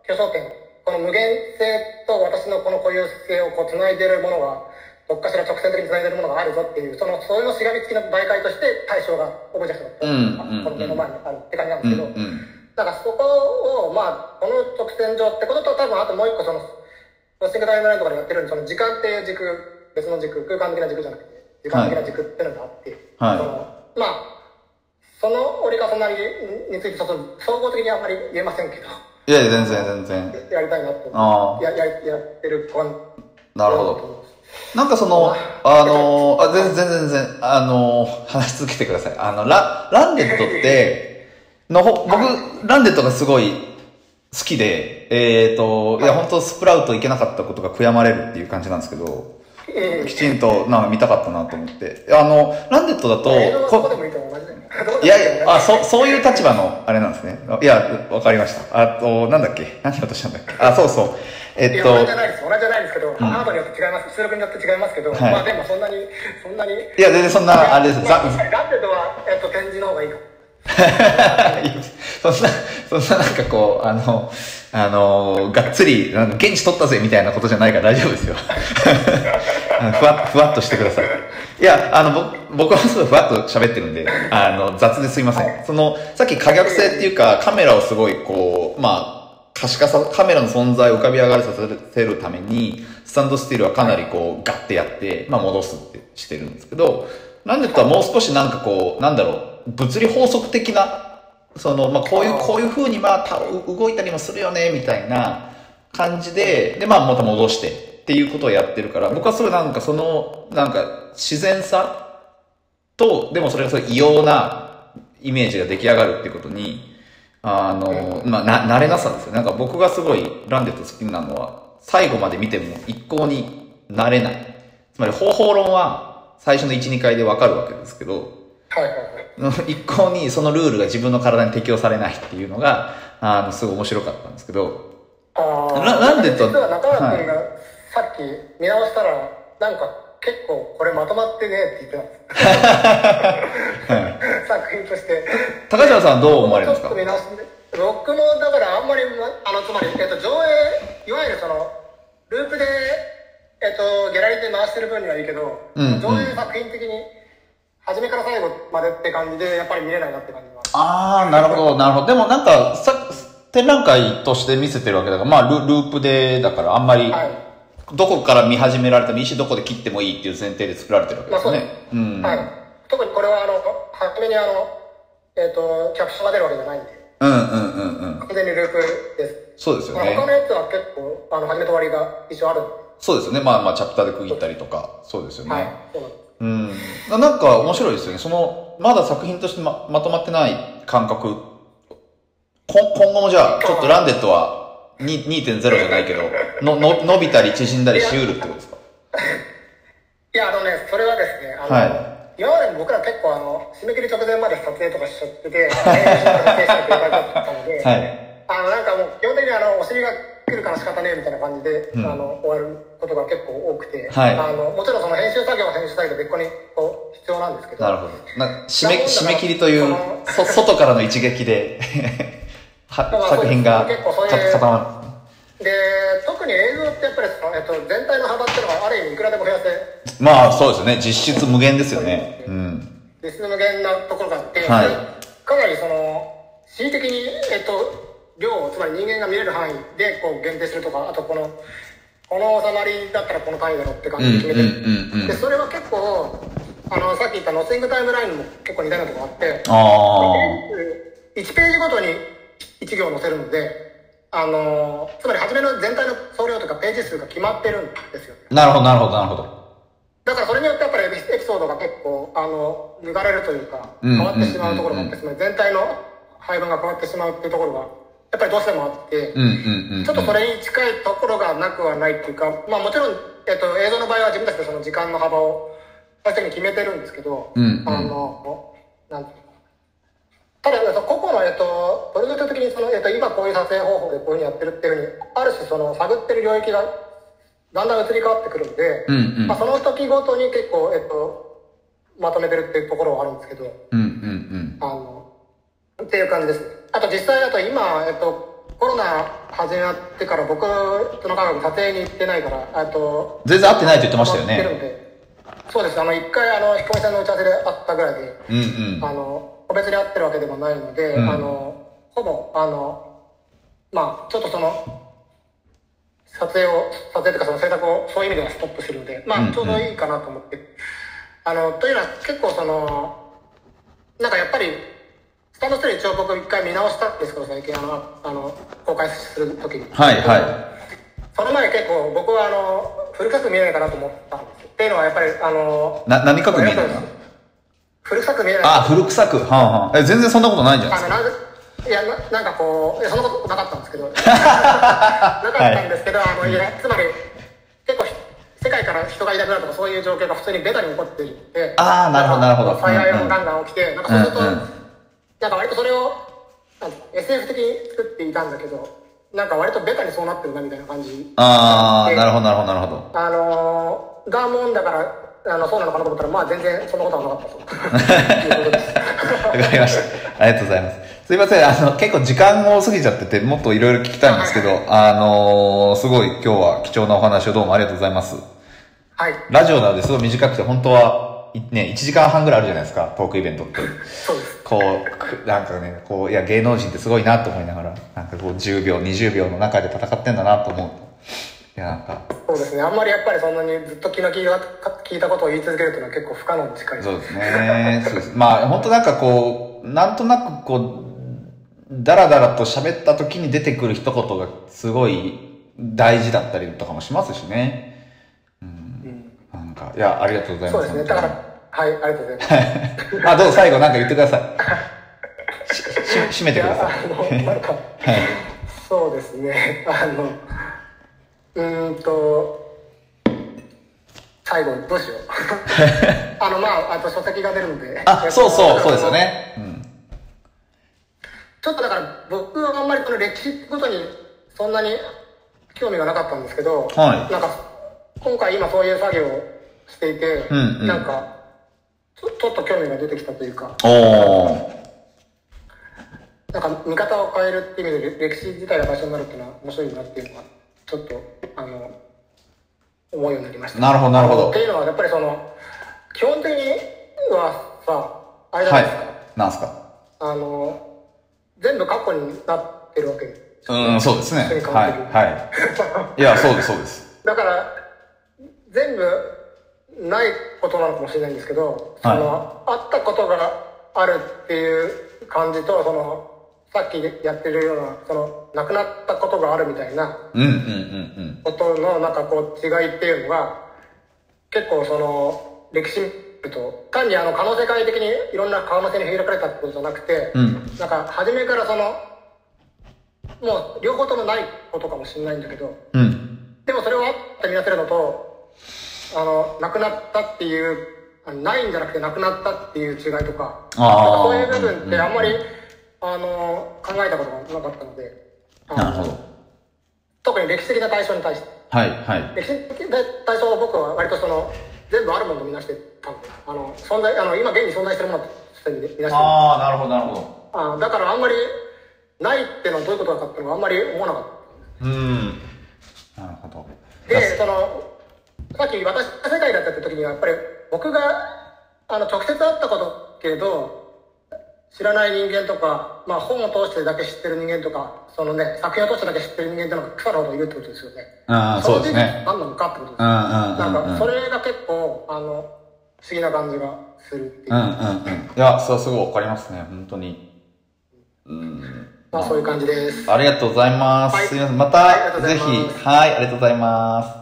Speaker 3: 巨匠点、この無限性と私のこの固有性をこう繋いでるものが、どっかしら直接的に繋いでるものがあるぞっていう、その、そういうのしがみつきの媒介として対象がオブジェク
Speaker 1: う
Speaker 3: ト
Speaker 1: ん
Speaker 3: だ
Speaker 1: うんうん
Speaker 3: この目の前にあるって感じなんで
Speaker 1: うん
Speaker 3: す
Speaker 1: う
Speaker 3: けど、
Speaker 1: ん。
Speaker 3: だからそこを、まあ、この直線上ってことと、多分あともう一個、その、ロッシングダイムラインとかでやってるように、その時間っていう軸、別の軸、空間的な軸じゃなくて、時間的な軸っていうのがあって、
Speaker 1: はい
Speaker 3: そのまあ、その折り重なりにについて、ちょっと総合的にあんまり言えませんけど、
Speaker 1: いやいや、全然全然。
Speaker 3: やりたいなと。
Speaker 1: あ
Speaker 3: やややってる感
Speaker 1: あ、なるほ
Speaker 3: だ
Speaker 1: ど。
Speaker 3: と思います
Speaker 1: なんかその、あのー、あ、全然全然全然、あのー、話し続けてください。あの、ラ、ランデットって、のほ、僕、ランデットがすごい好きで、えっ、ー、と、いや、本当スプラウト行けなかったことが悔やまれるっていう感じなんですけど、
Speaker 3: うん
Speaker 1: きちんとなんか見たかったなと思って。あの、ランデットだと
Speaker 3: 映像はどこで
Speaker 1: こ、
Speaker 3: もいいと思う同じだよねどこでも
Speaker 1: い
Speaker 3: いいと思う
Speaker 1: やいや、あ、そ、そういう立場の、あれなんですね。いや、わかりました。あと、なんだっけ何をとしたんだっけあ、そうそう。
Speaker 3: い
Speaker 1: えっ
Speaker 3: や
Speaker 1: と、
Speaker 3: 同じじゃないです同じじゃないですけど、ハードによって違います出力によって違いますけど、
Speaker 1: はい
Speaker 3: まあでもそんなにそんなに
Speaker 1: いや、全然そんな、あれです。
Speaker 3: ま
Speaker 1: ざ
Speaker 3: あ、ランデッドは、えっと、展示の方がいいかも。
Speaker 1: そんな、そんななんかこう、あの、あの、がっつり、あの現地取ったぜみたいなことじゃないから大丈夫ですよ。 あのふわ、ふわっとしてください。いや、あの、ぼ僕はすごいふわっと喋ってるんで、あの、雑ですいません。その、さっき可逆性っていうか、カメラをすごいこう、まあ、可視化さ、カメラの存在を浮かび上がりさせるために、スタンドスティールはかなりこう、ガッてやって、まあ、戻すってしてるんですけど、なんでかもう少しなんかこう、なんだろう、物理法則的な、その、まあ、こういう、こういう風にまあ、た動いたりもするよね、みたいな感じで、で、まあ、また戻してっていうことをやってるから、僕はそれなんかその、なんか自然さと、でもそれがそれ異様なイメージが出来上がるっていうことに、あの、まあ、な、慣れなさですよ。なんか僕がすごいランデット好きなのは、最後まで見ても一向になれない。つまり方法論は最初の1、2回でわかるわけですけど、
Speaker 3: はいはいはい。
Speaker 1: 一向にそのルールが自分の体に適用されないっていうのが、あの、すごい面白かったんですけど、
Speaker 3: あー
Speaker 1: ななんでと
Speaker 3: 実は中川君がさっき見直したら、なんか結構これまとまってねって言ってた
Speaker 1: はい。
Speaker 3: んです作品として。
Speaker 1: 高島さんどう思われます
Speaker 3: ちょ
Speaker 1: か
Speaker 3: っと見直して僕もだからあんまりあのつまり、えっと、上映いわゆるそのループで、えっと、ギャラリーで回してる分にはいいけど、
Speaker 1: うんうん
Speaker 3: 上映作品的に初めから最後までって感じでやっぱり見れないなって感じは
Speaker 1: ああ、なるほど、なるほど。でもなんか、さ、展覧会として見せてるわけだから、まあ、ルループで、だからあんまり、
Speaker 3: はい
Speaker 1: どこから見始められてもいいし、どこで切ってもいいっていう前提で作られてるわけですよね。うん。
Speaker 3: はい、特にこれはあの初めにあの、えっと、キャプションが出るわけじゃないんで
Speaker 1: うんうんうんうん。
Speaker 3: 完全にループです、
Speaker 1: そうですよ
Speaker 3: まあ他の
Speaker 1: ね。
Speaker 3: やつは結構あの初めと終わりが一応あるんで
Speaker 1: そうですよね。まあまあ、チャプターで区切ったりとか、そうですよね。
Speaker 3: はい、そうなんです
Speaker 1: うん。ななんか面白いですよね。その、まだ作品としてままとまってない感覚。こ今後もじゃあ、ちょっとランデットはに2.0じゃないけど、の、の、伸びたり縮んだりしうるってことですか
Speaker 3: いや、あのね、それはです ね、あの、
Speaker 1: は
Speaker 3: 今までも僕ら結構あの、締め切り直前まで撮影とかしち ゃってて、練習とか制したりとかだったので、
Speaker 1: はい。
Speaker 3: あの、なんかもう基本的にあの、お尻が来るから仕方ねえみたいな感じで、
Speaker 1: うん
Speaker 3: あの、終わることが結構多くて、
Speaker 1: はい
Speaker 3: あの、もちろんその編集作業は編集作業で別個にこう、必要なんですけど、
Speaker 1: なるほど。な締め、締め切りという、そ、 外からの一撃 で、は作品が
Speaker 3: 結構そういう
Speaker 1: か固ま
Speaker 3: で、特に映像ってやっぱりその、えっと、全体の幅っていうのがある意味いくらでも増やせ、
Speaker 1: る。まあ、そうですよね。実質無限ですよね。うん。
Speaker 3: 実質無限なところがあって、
Speaker 1: はい
Speaker 3: かなりその恣意的に、えっと、量をつまり人間が見れる範囲でこう限定するとかあとこのこの収まりだったらこの単位だろって感
Speaker 1: うん、
Speaker 3: じ
Speaker 1: うん、うん
Speaker 3: で決めてる、、
Speaker 1: うん
Speaker 3: で。それは結構あのさっき言ったノッシングタイムラインも結構似たようなとこがあって
Speaker 1: あ
Speaker 3: 1ページごとに1行載せるのであのつまり初めの全体の総量とかページ数が決まってるんですよ
Speaker 1: あ。なるほど、なるほど、なるほど。
Speaker 3: だからそれによってやっぱりエピエピソードが結構あの抜かれるというか
Speaker 1: うん
Speaker 3: 変わってしまうところがあってつまり全体の配分が変わってしまうっていうところがやっぱりどうしてもあって、
Speaker 1: うん、うん、うん。
Speaker 3: ちょっとそれに近いところがなくはないっていうか、まあ、もちろん、えっと、映像の場合は自分たちでその時間の幅を最初に決めてるんですけど、
Speaker 1: うんうん
Speaker 3: あのなんていうのただえっと個々の、えっと、プロジェクト的にその、えっと、今こういう撮影方法でこういうふうにやってるっていうふうにある種その探ってる領域がだんだん移り変わってくるんで、
Speaker 1: うんうん
Speaker 3: まあ、その時ごとに結構、えっと、まとめてるっていうところはあるんですけど。
Speaker 1: うん、うん、うん。
Speaker 3: あの、っていう感じです。あと実際だと今、えっと、コロナ始まってから僕との科学撮影に行ってないから、えっと、
Speaker 1: 全然会ってないと言ってましたよ
Speaker 3: 止まってる
Speaker 1: ね。
Speaker 3: んで、そうです。あの、一回あの、引っ込みさんの打ち合わせで会ったぐらいで、
Speaker 1: うんうん。
Speaker 3: あの、個別に会ってるわけでもないので、
Speaker 1: うん
Speaker 3: あの、ほぼ、あの、まあ、ちょっとその、撮影を、撮影というかその制作を、そういう意味ではストップするので、
Speaker 1: うん
Speaker 3: ま
Speaker 1: う
Speaker 3: あ、
Speaker 1: ん
Speaker 3: ちょうどいいかなと思って。あの、というのは結構その、なんかやっぱり、スタンドステージ一応僕一回見直したんですけど、最近あの、あの、公開するときに。
Speaker 1: はいは
Speaker 3: その前結構僕はあの、古臭く見えないかなと思ったんですよ。っていうのはやっぱり、あの、
Speaker 1: い。な、何書く見えた
Speaker 3: や
Speaker 1: か
Speaker 3: っぱり古臭く見えない。
Speaker 1: あ、古臭く。はんはん。え、全然そんなことないんじゃない
Speaker 3: あ
Speaker 1: で
Speaker 3: の
Speaker 1: すか。
Speaker 3: なぜいやななんかこういやそんなことなかったんです けどなかったんですけど、あのいやつまり結構ひ世界から人がいなくなるとかそういう状況が普通にベタに起こっていて
Speaker 1: あーなるほどなるほど
Speaker 3: 災害
Speaker 1: うんう
Speaker 3: も
Speaker 1: ん
Speaker 3: ガンガン起きて、なんかそうすると、
Speaker 1: うんうん
Speaker 3: なんか割とそれをなんていうの SF 的に作っていたんだけどなんか割とベタにそうなってるなみたいな感じ
Speaker 1: あー、
Speaker 3: で
Speaker 1: なるほどなるほどなるほど。
Speaker 3: あのー、ガーモンだからあのそうなのかなと思 ったらまあ全然そんなことはなかったということです
Speaker 1: わかりました。ありがとうございます。すいません、あの、結構時間も過ぎちゃってて、もっといろいろ聞きたいんですけど、あのーすごい今日は貴重なお話をどうもありがとうございます。
Speaker 3: はい、
Speaker 1: ラジオなのですごい短くて、本当は、いね、1時間半ぐらいあるじゃないですか、トークイベントって。
Speaker 3: そうです。
Speaker 1: こう、くなんかね、こう、いや、芸能人ってすごいなと思いながら、なんかこう、10秒、20秒の中で戦ってんだなと思うと。いや、なんか、
Speaker 3: そうですね。あんまりやっぱりそんなにずっと気の利いた聞いたことを言い続けるというのは結構不可能に近い。
Speaker 1: そうですね。そうです。まあ、本当なんかこう、なんとなくこう、だらだらと喋った時に出てくる一言がすごい大事だったりとかもしますしね。
Speaker 3: うん
Speaker 1: なんか、いや、ありがとうござい
Speaker 3: そ
Speaker 1: ま
Speaker 3: う
Speaker 1: す。
Speaker 3: ですね。だから、はい、ありがとうございます。
Speaker 1: 本当にあ、どうぞ最後なんか言ってください。し、し、締め
Speaker 3: い
Speaker 1: てくだ
Speaker 3: や
Speaker 1: さい。
Speaker 3: あのなんかそうですねあのうーんと最後どうし ようあのまああと書籍が出るので
Speaker 1: あ、そうそう、そうですよ
Speaker 3: ね
Speaker 1: ね。うん。
Speaker 3: ちょっとだから僕はあんまりこの歴史ごとにそんなに興味がなかったんですけど、
Speaker 1: はい
Speaker 3: なんか今回今そういう作業をしていて、
Speaker 1: うんうん
Speaker 3: なんかちょちょっと興味が出てきたというか
Speaker 1: おー。
Speaker 3: なんか見方を変えるっていう意味で歴史自体が場所になるっていうのは面白いなっていうのはちょっとあの思うようになりました
Speaker 1: なるほどなるほど
Speaker 3: っていうのはやっぱりその基本的にはさあれじゃないですか、
Speaker 1: はい。なんすか
Speaker 3: あの全部過去になってるわけです
Speaker 1: うん、そうですね。はい、はい。いや、そうです、そうです。
Speaker 3: だから全部ないことなのかもしれないんですけど、
Speaker 1: はい
Speaker 3: そのあったことがあるっていう感じとそのさっきやってるようなそのなくなったことがあるみたいな
Speaker 1: うん、うん、うん、うん。
Speaker 3: ことのなんかこう違いっていうのが結構その歴史見ると単にあの可能性界的にいろんな可能性に開かれたってことじゃなくて、
Speaker 1: うん
Speaker 3: なんか初めからそのもう両方ともないことかもしれないんだけど
Speaker 1: うん。
Speaker 3: でもそれをあった見なせるのとあのなくなったっていうあのないんじゃなくてなくなったっていう違いとか
Speaker 1: あー
Speaker 3: なんかそういう部分ってあんまり、あの考えたことがなかったのであの
Speaker 1: なるほど。
Speaker 3: 特に歴史的な対象に対して
Speaker 1: はい、はい。
Speaker 3: 歴史的な対象は僕は割とその全部あるものとみなしてたんであの存在あの今現に存在してるものとしてみなしてる
Speaker 1: ああ、なるほど、なるほど。
Speaker 3: あだからあんまりないってのはどういうことかっていうのはあんまり思わなかった。
Speaker 1: うん。なるほど。
Speaker 3: で、その、さっき私が世界だったって時には、やっぱり僕が、あの、直接会ったことけど、知らない人間とか、まあ本を通してだけ知ってる人間とか、そのね、作品を通してだけ知ってる人間ってのが腐るほどいるってことですよね。
Speaker 1: ああ、そうですね。
Speaker 3: その事実何なのかってことです
Speaker 1: うん、うん、うん。
Speaker 3: なんか、それが結構、あの、不思議な感じがするっていうう、
Speaker 1: ん、うん、うん。いや、それはすごいわかりますね、本当に。うん。
Speaker 3: まあそういう感じです。
Speaker 1: ありがとうございます。
Speaker 3: はい
Speaker 1: すみません。ま
Speaker 3: ありがと
Speaker 1: た、
Speaker 3: うござ
Speaker 1: ぜ
Speaker 3: い
Speaker 1: ひ、
Speaker 3: ます
Speaker 1: はい、ありがとうございます。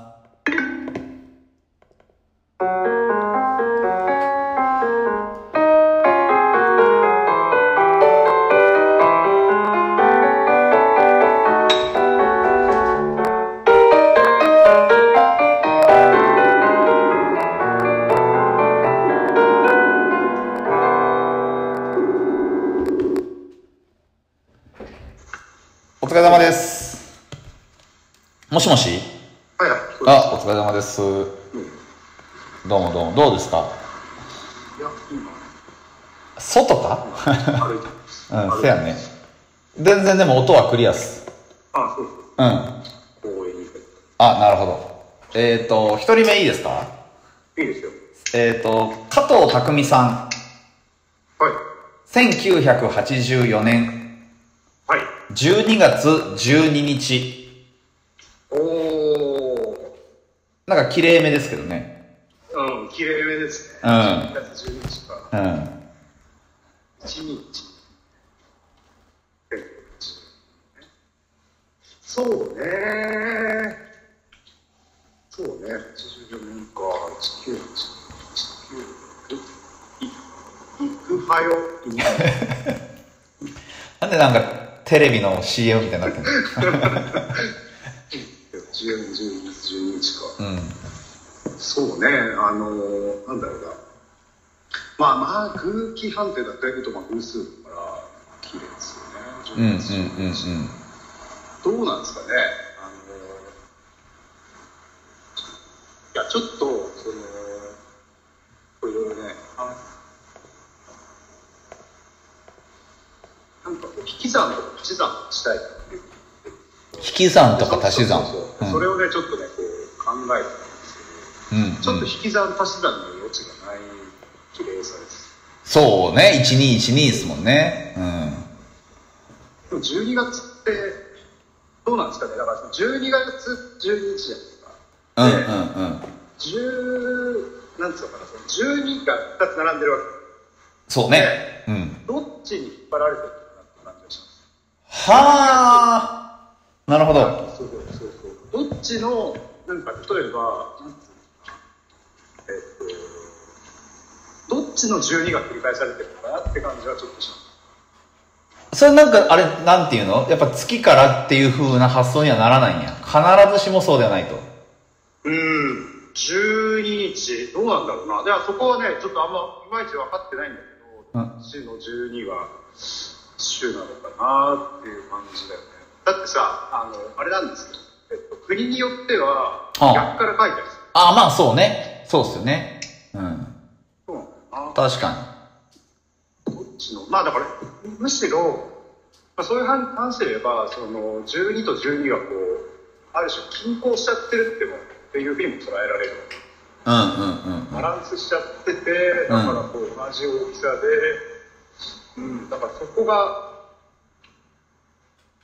Speaker 1: お疲れ様です。もしもし
Speaker 4: はい、
Speaker 1: あ、お疲れ様です。どうもどうも、どうですか
Speaker 4: いや、今、
Speaker 1: 外か
Speaker 4: 歩いてます。
Speaker 1: うん、せやね。全然でも音はクリアっす。
Speaker 4: あ、そう
Speaker 1: うん。あ、
Speaker 4: です。応援に行く。
Speaker 1: なるほど。えっ、ー、と、一人目いいですか
Speaker 4: いいですよ。
Speaker 1: えっ、ー、と、加藤匠さん、
Speaker 4: はい。
Speaker 1: 1984年
Speaker 4: はい。
Speaker 1: 12月12日。
Speaker 4: お
Speaker 1: なんか綺麗めですけどね。
Speaker 4: ー。うん、綺麗めですね。
Speaker 1: うん
Speaker 4: 1月12日か。
Speaker 1: うん。
Speaker 4: 1日。そうね。そうね。84年か。19、19、い、いくはよ。
Speaker 1: なんでなんかテレビの CM みたいになってんの
Speaker 4: 14、12、12日か。
Speaker 1: うん。
Speaker 4: そうね、あのーなんだろうな、まあまあ、空気判定だったりと、まあ、偶数だから、綺麗ですよ
Speaker 1: うんうん
Speaker 4: ね、
Speaker 1: うんうん。
Speaker 4: どうなんですかね、あのーいや、ちょっと、その、いろいろね、あなんかこう、引き算とか足し算したいっていう
Speaker 1: 引き算とか足し算。
Speaker 4: そうそう
Speaker 1: う
Speaker 4: そうそれをねちょっとねこう考えてたんです
Speaker 1: ん
Speaker 4: けど、
Speaker 1: うん
Speaker 4: ちょっと引き算足し算の余地がない綺麗さです
Speaker 1: そうね、1212ですもんね。
Speaker 4: でも12月ってどうなんですかねだからその12月12日じゃないですか
Speaker 1: うん。うんうんうん。
Speaker 4: 10なんつうのかなその12が2つ並んでるわ
Speaker 1: そうね。うん。
Speaker 4: けどっちに引っ張られてるのかなって感じがします
Speaker 1: はあなるほど。
Speaker 4: そうそうそうそうどっちのなんか例えばなんつうのかなえっとどっちの12が繰り返されてるのかなって感じはちょっとします
Speaker 1: それなんか、あれ、なんていうのやっぱ月からっていう風な発想にはならないんや。必ずしもそうではないと。
Speaker 4: うん、12日、どうなんだろうな。ではそこはね、ちょっとあんま、いまいち分かってないんだけど、
Speaker 1: うん
Speaker 4: 週の12は、週なのかなっていう感じだよね。だってさ、あの、あれなんですよ。えっと、国によっては、
Speaker 1: ああ
Speaker 4: 逆から書いたりする。
Speaker 1: ああ、まあそうね。そうっすよね。うん。
Speaker 4: そうなんだよな。
Speaker 1: 確か
Speaker 4: どっちの、まあだから、むしろ、まあ、そういう話で言えば、その、12と12はこう、ある種均衡しちゃってるっても、っていうふうにも捉えられ
Speaker 1: に。
Speaker 4: る。
Speaker 1: うんうんうん
Speaker 4: バ
Speaker 1: うん。
Speaker 4: ランスしちゃってて、だからこう同じ大きさで、うん、だからそこが、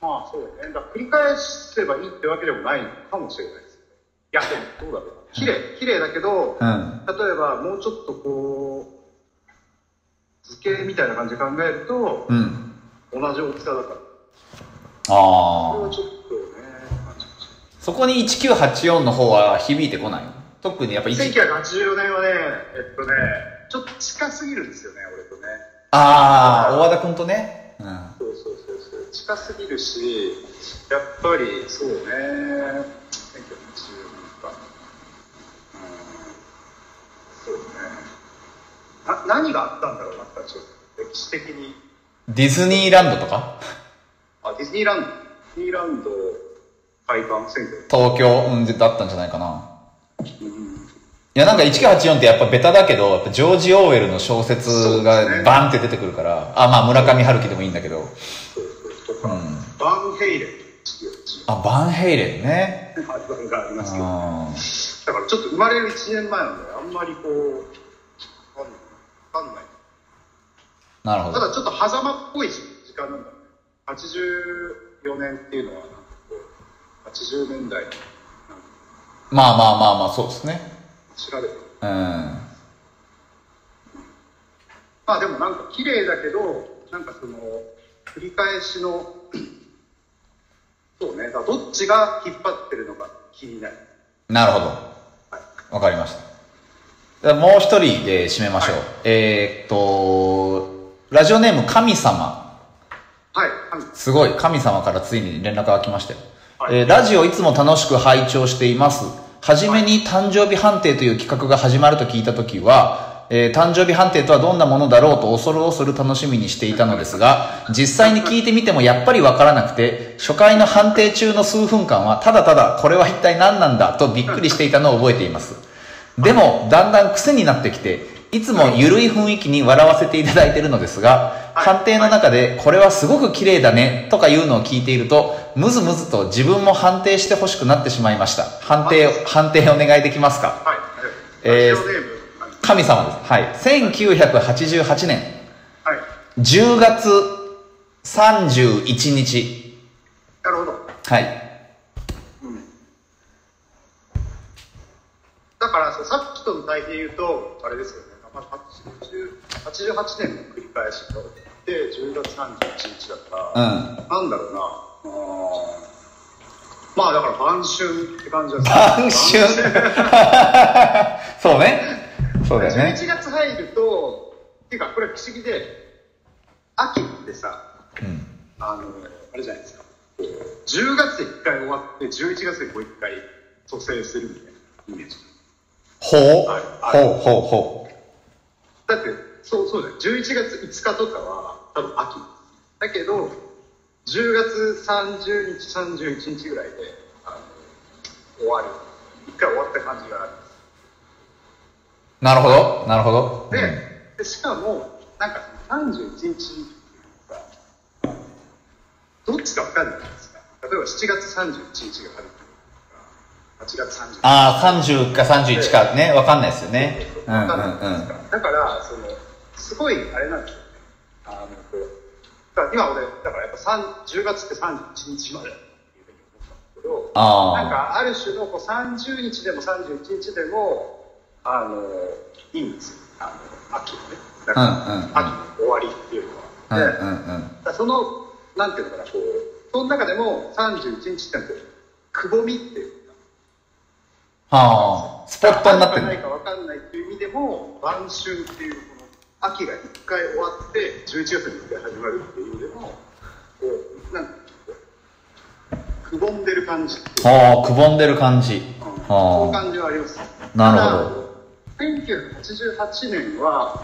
Speaker 4: まあそうだね、だから繰り返せばいいってわけでもないのかもしれないです。いや、でもどうだろう。綺麗、綺麗だけど、
Speaker 1: うん。
Speaker 4: 例えばもうちょっとこう、図形みたいな感じで考えると、
Speaker 1: うん。
Speaker 4: 同じ大きさだから、これ
Speaker 1: あ
Speaker 4: は
Speaker 1: あ。
Speaker 4: ちょっとね、感じまし
Speaker 1: そこに1984の方は響いてこない。特にやっぱ
Speaker 4: た。
Speaker 1: 1、
Speaker 4: 1984年はね、えっとね、ちょっと近すぎるんですよね、俺とね。
Speaker 1: ああ、大和田くんとね。うん。
Speaker 4: そうそうそうそう近すぎるしやっぱりそうね1920かうんそうねな何があったんだろうなんかちょっと歴史的に
Speaker 1: ディズニーランドとか
Speaker 4: あディズニーランドディズニーランド開館選挙
Speaker 1: 東京、うん、だったんじゃないかな。
Speaker 4: うん
Speaker 1: いやなんか1984ってやっぱベタだけど、やっぱジョージ・オーウェルの小説
Speaker 4: そうです
Speaker 1: が
Speaker 4: ね
Speaker 1: バンって出てくるから、あ、まあ村上春樹でもいいんだけど。
Speaker 4: そうそうと
Speaker 1: うん
Speaker 4: か、。バンヘイレン
Speaker 1: あ、バンヘイレンね。
Speaker 4: アルバムがあり
Speaker 1: う
Speaker 4: ます
Speaker 1: ん。
Speaker 4: けどだからちょっと生まれる1年前なんであんまりこうわかんないわかんない
Speaker 1: なるほ
Speaker 4: た
Speaker 1: ど。
Speaker 4: だちょっと狭間っぽい時間なんだね84年っていうのはなんかこう80年代なんか
Speaker 1: まあまあまあまあ、そうですね。
Speaker 4: 調べて
Speaker 1: うん。
Speaker 4: まあでもなんか綺麗だけどなんかその繰り返しの そうねだからどっちが引っ張ってるのか気になる
Speaker 1: なるほど。わかりました。じゃあもう一人、えー締めましょう。えーっと、ラジオネーム神様。
Speaker 4: はい神
Speaker 1: すごい神様からついに連絡が来ましたよ、
Speaker 4: はい
Speaker 1: えーラジオいつも楽しく拝聴しています初めに誕生日判定という企画が始まると聞いた時は、えー誕生日判定とはどんなものだろうと恐る恐る楽しみにしていたのですが実際に聞いてみてもやっぱりわからなくて初回の判定中の数分間はただただこれは一体何なんだとびっくりしていたのを覚えていますでも、だんだん癖になってきて、いつも緩い雰囲気に笑わせていただいているのですが、
Speaker 4: はい
Speaker 1: 判定の中で、これはすごく綺麗だね、とかいうのを聞いていると、むずむずと自分も判定してほしくなってしまいました。判定を、判定お願いできますか
Speaker 4: はい
Speaker 1: えー
Speaker 4: ラジオネーム神
Speaker 1: 神様です。はい。1988年、
Speaker 4: はい
Speaker 1: 10月31日。
Speaker 4: なるほど
Speaker 1: はい。
Speaker 4: だからそうさっきとの対比で言うとあれですよね、まあ、80 88年の繰り返しとで10月31日だ
Speaker 1: う
Speaker 4: か
Speaker 1: ん。
Speaker 4: ら、なんだろうなうーんまあだから晩春って感じです
Speaker 1: 晩秋そうね。そうだよね。
Speaker 4: 11月入るとっていうかこれ不思議で秋ってさ
Speaker 1: うん。
Speaker 4: あのあれじゃないですかこう10月で1回終わって11月でもう1回蘇生するみたいなイメージ
Speaker 1: ほう
Speaker 4: はい。
Speaker 1: ほうほうほう。
Speaker 4: だってそうそうじゃん11月5日とかは多分秋だけど10月30日31日ぐらいであの終わる一回終わった感じがある
Speaker 1: なるほど、なるほど。
Speaker 4: ででしかもなんか31日がどっちかわかんないじゃないですか。例えば7月31日が春とか、8月31日
Speaker 1: ああ、30か31かね、わかんないですよね。うんうんう
Speaker 4: わかんないじゃないです
Speaker 1: ん。
Speaker 4: かだから、その、すごい、あれなんですよね。あの、こう、だから今俺、だからやっぱ3 10月って31日までっていうふうに思ったん
Speaker 1: あー
Speaker 4: ですけど、なんかある種のこう30日でも31日でも、あの、いいんですよ。あの、秋のね。だから
Speaker 1: うんうんうん
Speaker 4: 秋の終わりっていうの
Speaker 1: うん
Speaker 4: は。
Speaker 1: う
Speaker 4: で
Speaker 1: んうん。
Speaker 4: だからその、なんていうのかな、こう、その中でも31日ってのはこう、くぼみっていうのかな
Speaker 1: はあ、スポットになって
Speaker 4: ある
Speaker 1: る。
Speaker 4: かないか分かんないっていう意味でも晩秋っていうこの秋が一回終わって11月に一回始まるっていう意味でもこうなんかくぼんでる感じっていう
Speaker 1: はあ、くぼんでる感じ。
Speaker 4: そういう
Speaker 1: は
Speaker 4: 感じはあります
Speaker 1: あ、なるほど。
Speaker 4: ただ1988年は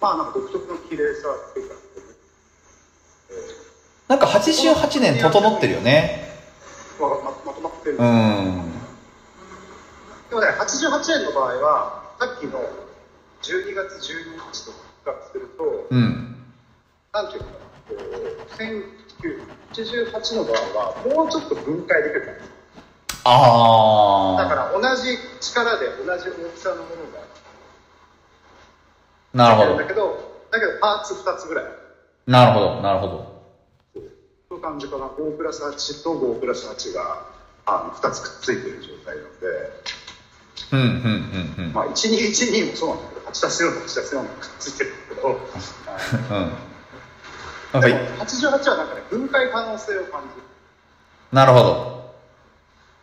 Speaker 4: まあなんか独特の綺麗さっていうか、
Speaker 1: なんか88年整ってるよね。
Speaker 4: えーまままとまってる、
Speaker 1: うん。
Speaker 4: でもね、88年の場合はさっきの12月12日と比較すると、
Speaker 1: うん。
Speaker 4: なんていうのかな、1988の場合は、もうちょっと分解できる感じだか
Speaker 1: あ
Speaker 4: ら同じ力で同じ大きさのものが
Speaker 1: あ、なるほ
Speaker 4: んだ
Speaker 1: ど。
Speaker 4: けど、だけどパーツ2つぐらい、
Speaker 1: なるほど、なるほど。
Speaker 4: そういう感じかな、5プラス8と5プラス8があの2つくっついてる状態なので、
Speaker 1: うん、うん、うん、うん。
Speaker 4: まあ、1212もそうなんだけど、8たす4と8たす4がくっついてるんだけど、
Speaker 1: うん。なんか
Speaker 4: で
Speaker 1: い
Speaker 4: も、88はなんかね、分解可能性を感じる。
Speaker 1: なるほど。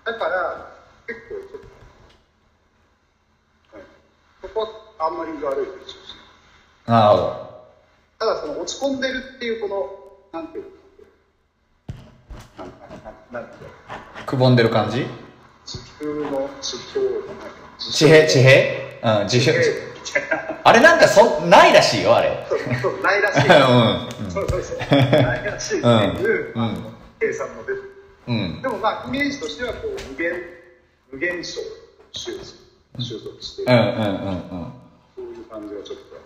Speaker 4: だから、結構ちょっと、はい、そこはあんまり悪いでしょうし、
Speaker 1: なるほど。
Speaker 4: ただその落ち込んでるっていう、この、なんていうの、なんなんなんなんていうの
Speaker 1: くぼんでる感じ
Speaker 4: 地球の地表がないかな
Speaker 1: 地平、地平うん、地
Speaker 4: 地
Speaker 1: 平
Speaker 4: 平。みたいな、
Speaker 1: あれなんかそ、ないらしいよ、あれ。
Speaker 4: そうそうないらしい。
Speaker 1: うんうん
Speaker 4: そうそうそう、ないらしいっていう、
Speaker 1: うんうん
Speaker 4: 計算も出てる。
Speaker 1: うん。
Speaker 4: でもまあ、イメージとしてはこう無限、無限小、収束収束してい
Speaker 1: うん、う
Speaker 4: る、
Speaker 1: ん、うん、うん。
Speaker 4: そういう感じがちょっとあり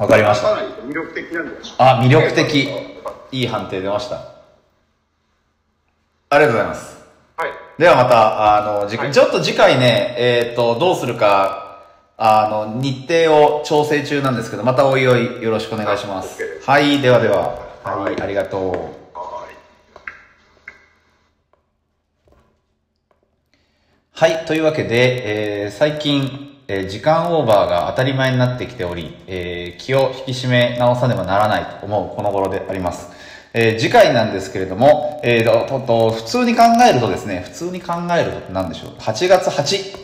Speaker 4: ます。
Speaker 1: わかりまし
Speaker 4: か
Speaker 1: た。
Speaker 4: なり魅力的なんじゃないでしょうか
Speaker 1: あ、魅力的。いい判定出ました。ありがとうございます。
Speaker 4: はい。
Speaker 1: ではまた、あの、次回
Speaker 4: はい
Speaker 1: ちょっと次回ね、えっ、と、どうするか、あの、日程を調整中なんですけど、またおいおいよろしくお願いします
Speaker 4: はい OK で。す
Speaker 1: はい、ではでは。は
Speaker 4: はい
Speaker 1: い、ありがとう。
Speaker 4: はい。
Speaker 1: はい、というわけで、えー最近、えー時間オーバーが当たり前になってきており、えー気を引き締め直さねばならないと思うこの頃であります。えー次回なんですけれども、えーとと、普通に考えるとですね、普通に考えるとって何でしょう ?8 月8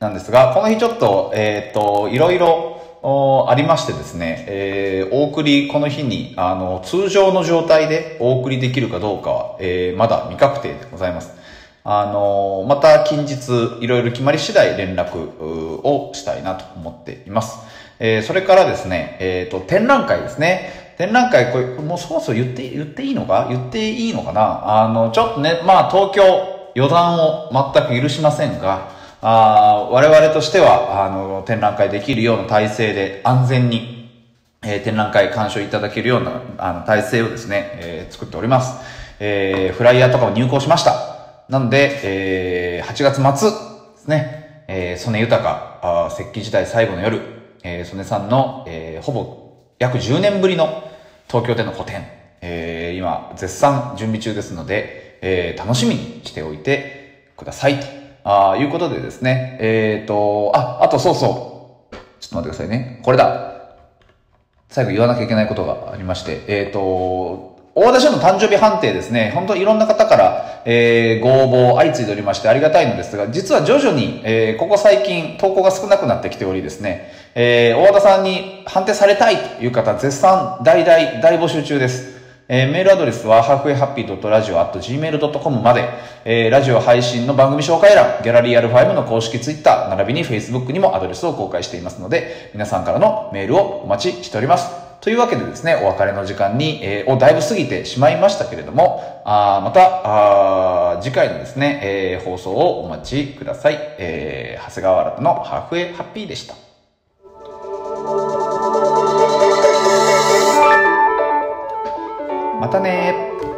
Speaker 1: なんですが、この日ちょっと、えっ、と、いろいろ、おありましてですね、えーお送り、この日に、あの、通常の状態でお送りできるかどうかは、えーまだ未確定でございます。あのまた近日いろいろ決まり次第連絡うーをしたいなと思っています。えーそれからですね、えっ、と、展覧会ですね。展覧会、これ、もうそろそろ言って、言っていいのか言っていいのかなあの、ちょっとね、まあ東京予断を全く許しませんが、あー我々としては、あの、展覧会できるような体制で安全にえー展覧会鑑賞いただけるようなあの体制をですね、えー作っております。えーフライヤーとかも入稿しました。なので、えー8月末ですね、えー、曽根豊、あー石器時代最後の夜、えー、曽根さんの、えーほぼ約10年ぶりの東京での個展、えー今、絶賛準備中ですので、えー楽しみにしておいてください。とあーいうことでですね、えっ、と、あ、あとそうそう。ちょっと待ってくださいね。これだ。最後言わなきゃいけないことがありまして、えっ、と、大和田社の誕生日判定ですね、本当いろんな方から、えーご応募相次いでおりましてありがたいのですが、実は徐々に、えーここ最近投稿が少なくなってきておりですね、えー大和田さんに判定されたいという方、絶賛大大大募集中です。えーメールアドレスは、halfwayhappy.radio.gmail.com まで、えーラジオ配信の番組紹介欄、ギャラリー R5 の公式ツイッター、並びに Facebook にもアドレスを公開していますので、皆さんからのメールをお待ちしております。というわけでですね、お別れの時間に、えーをだいぶ過ぎてしまいましたけれども、あーまたあー次回のですね、えー放送をお待ちください。えー長谷川新のハーフウェイハッピーでした。またたね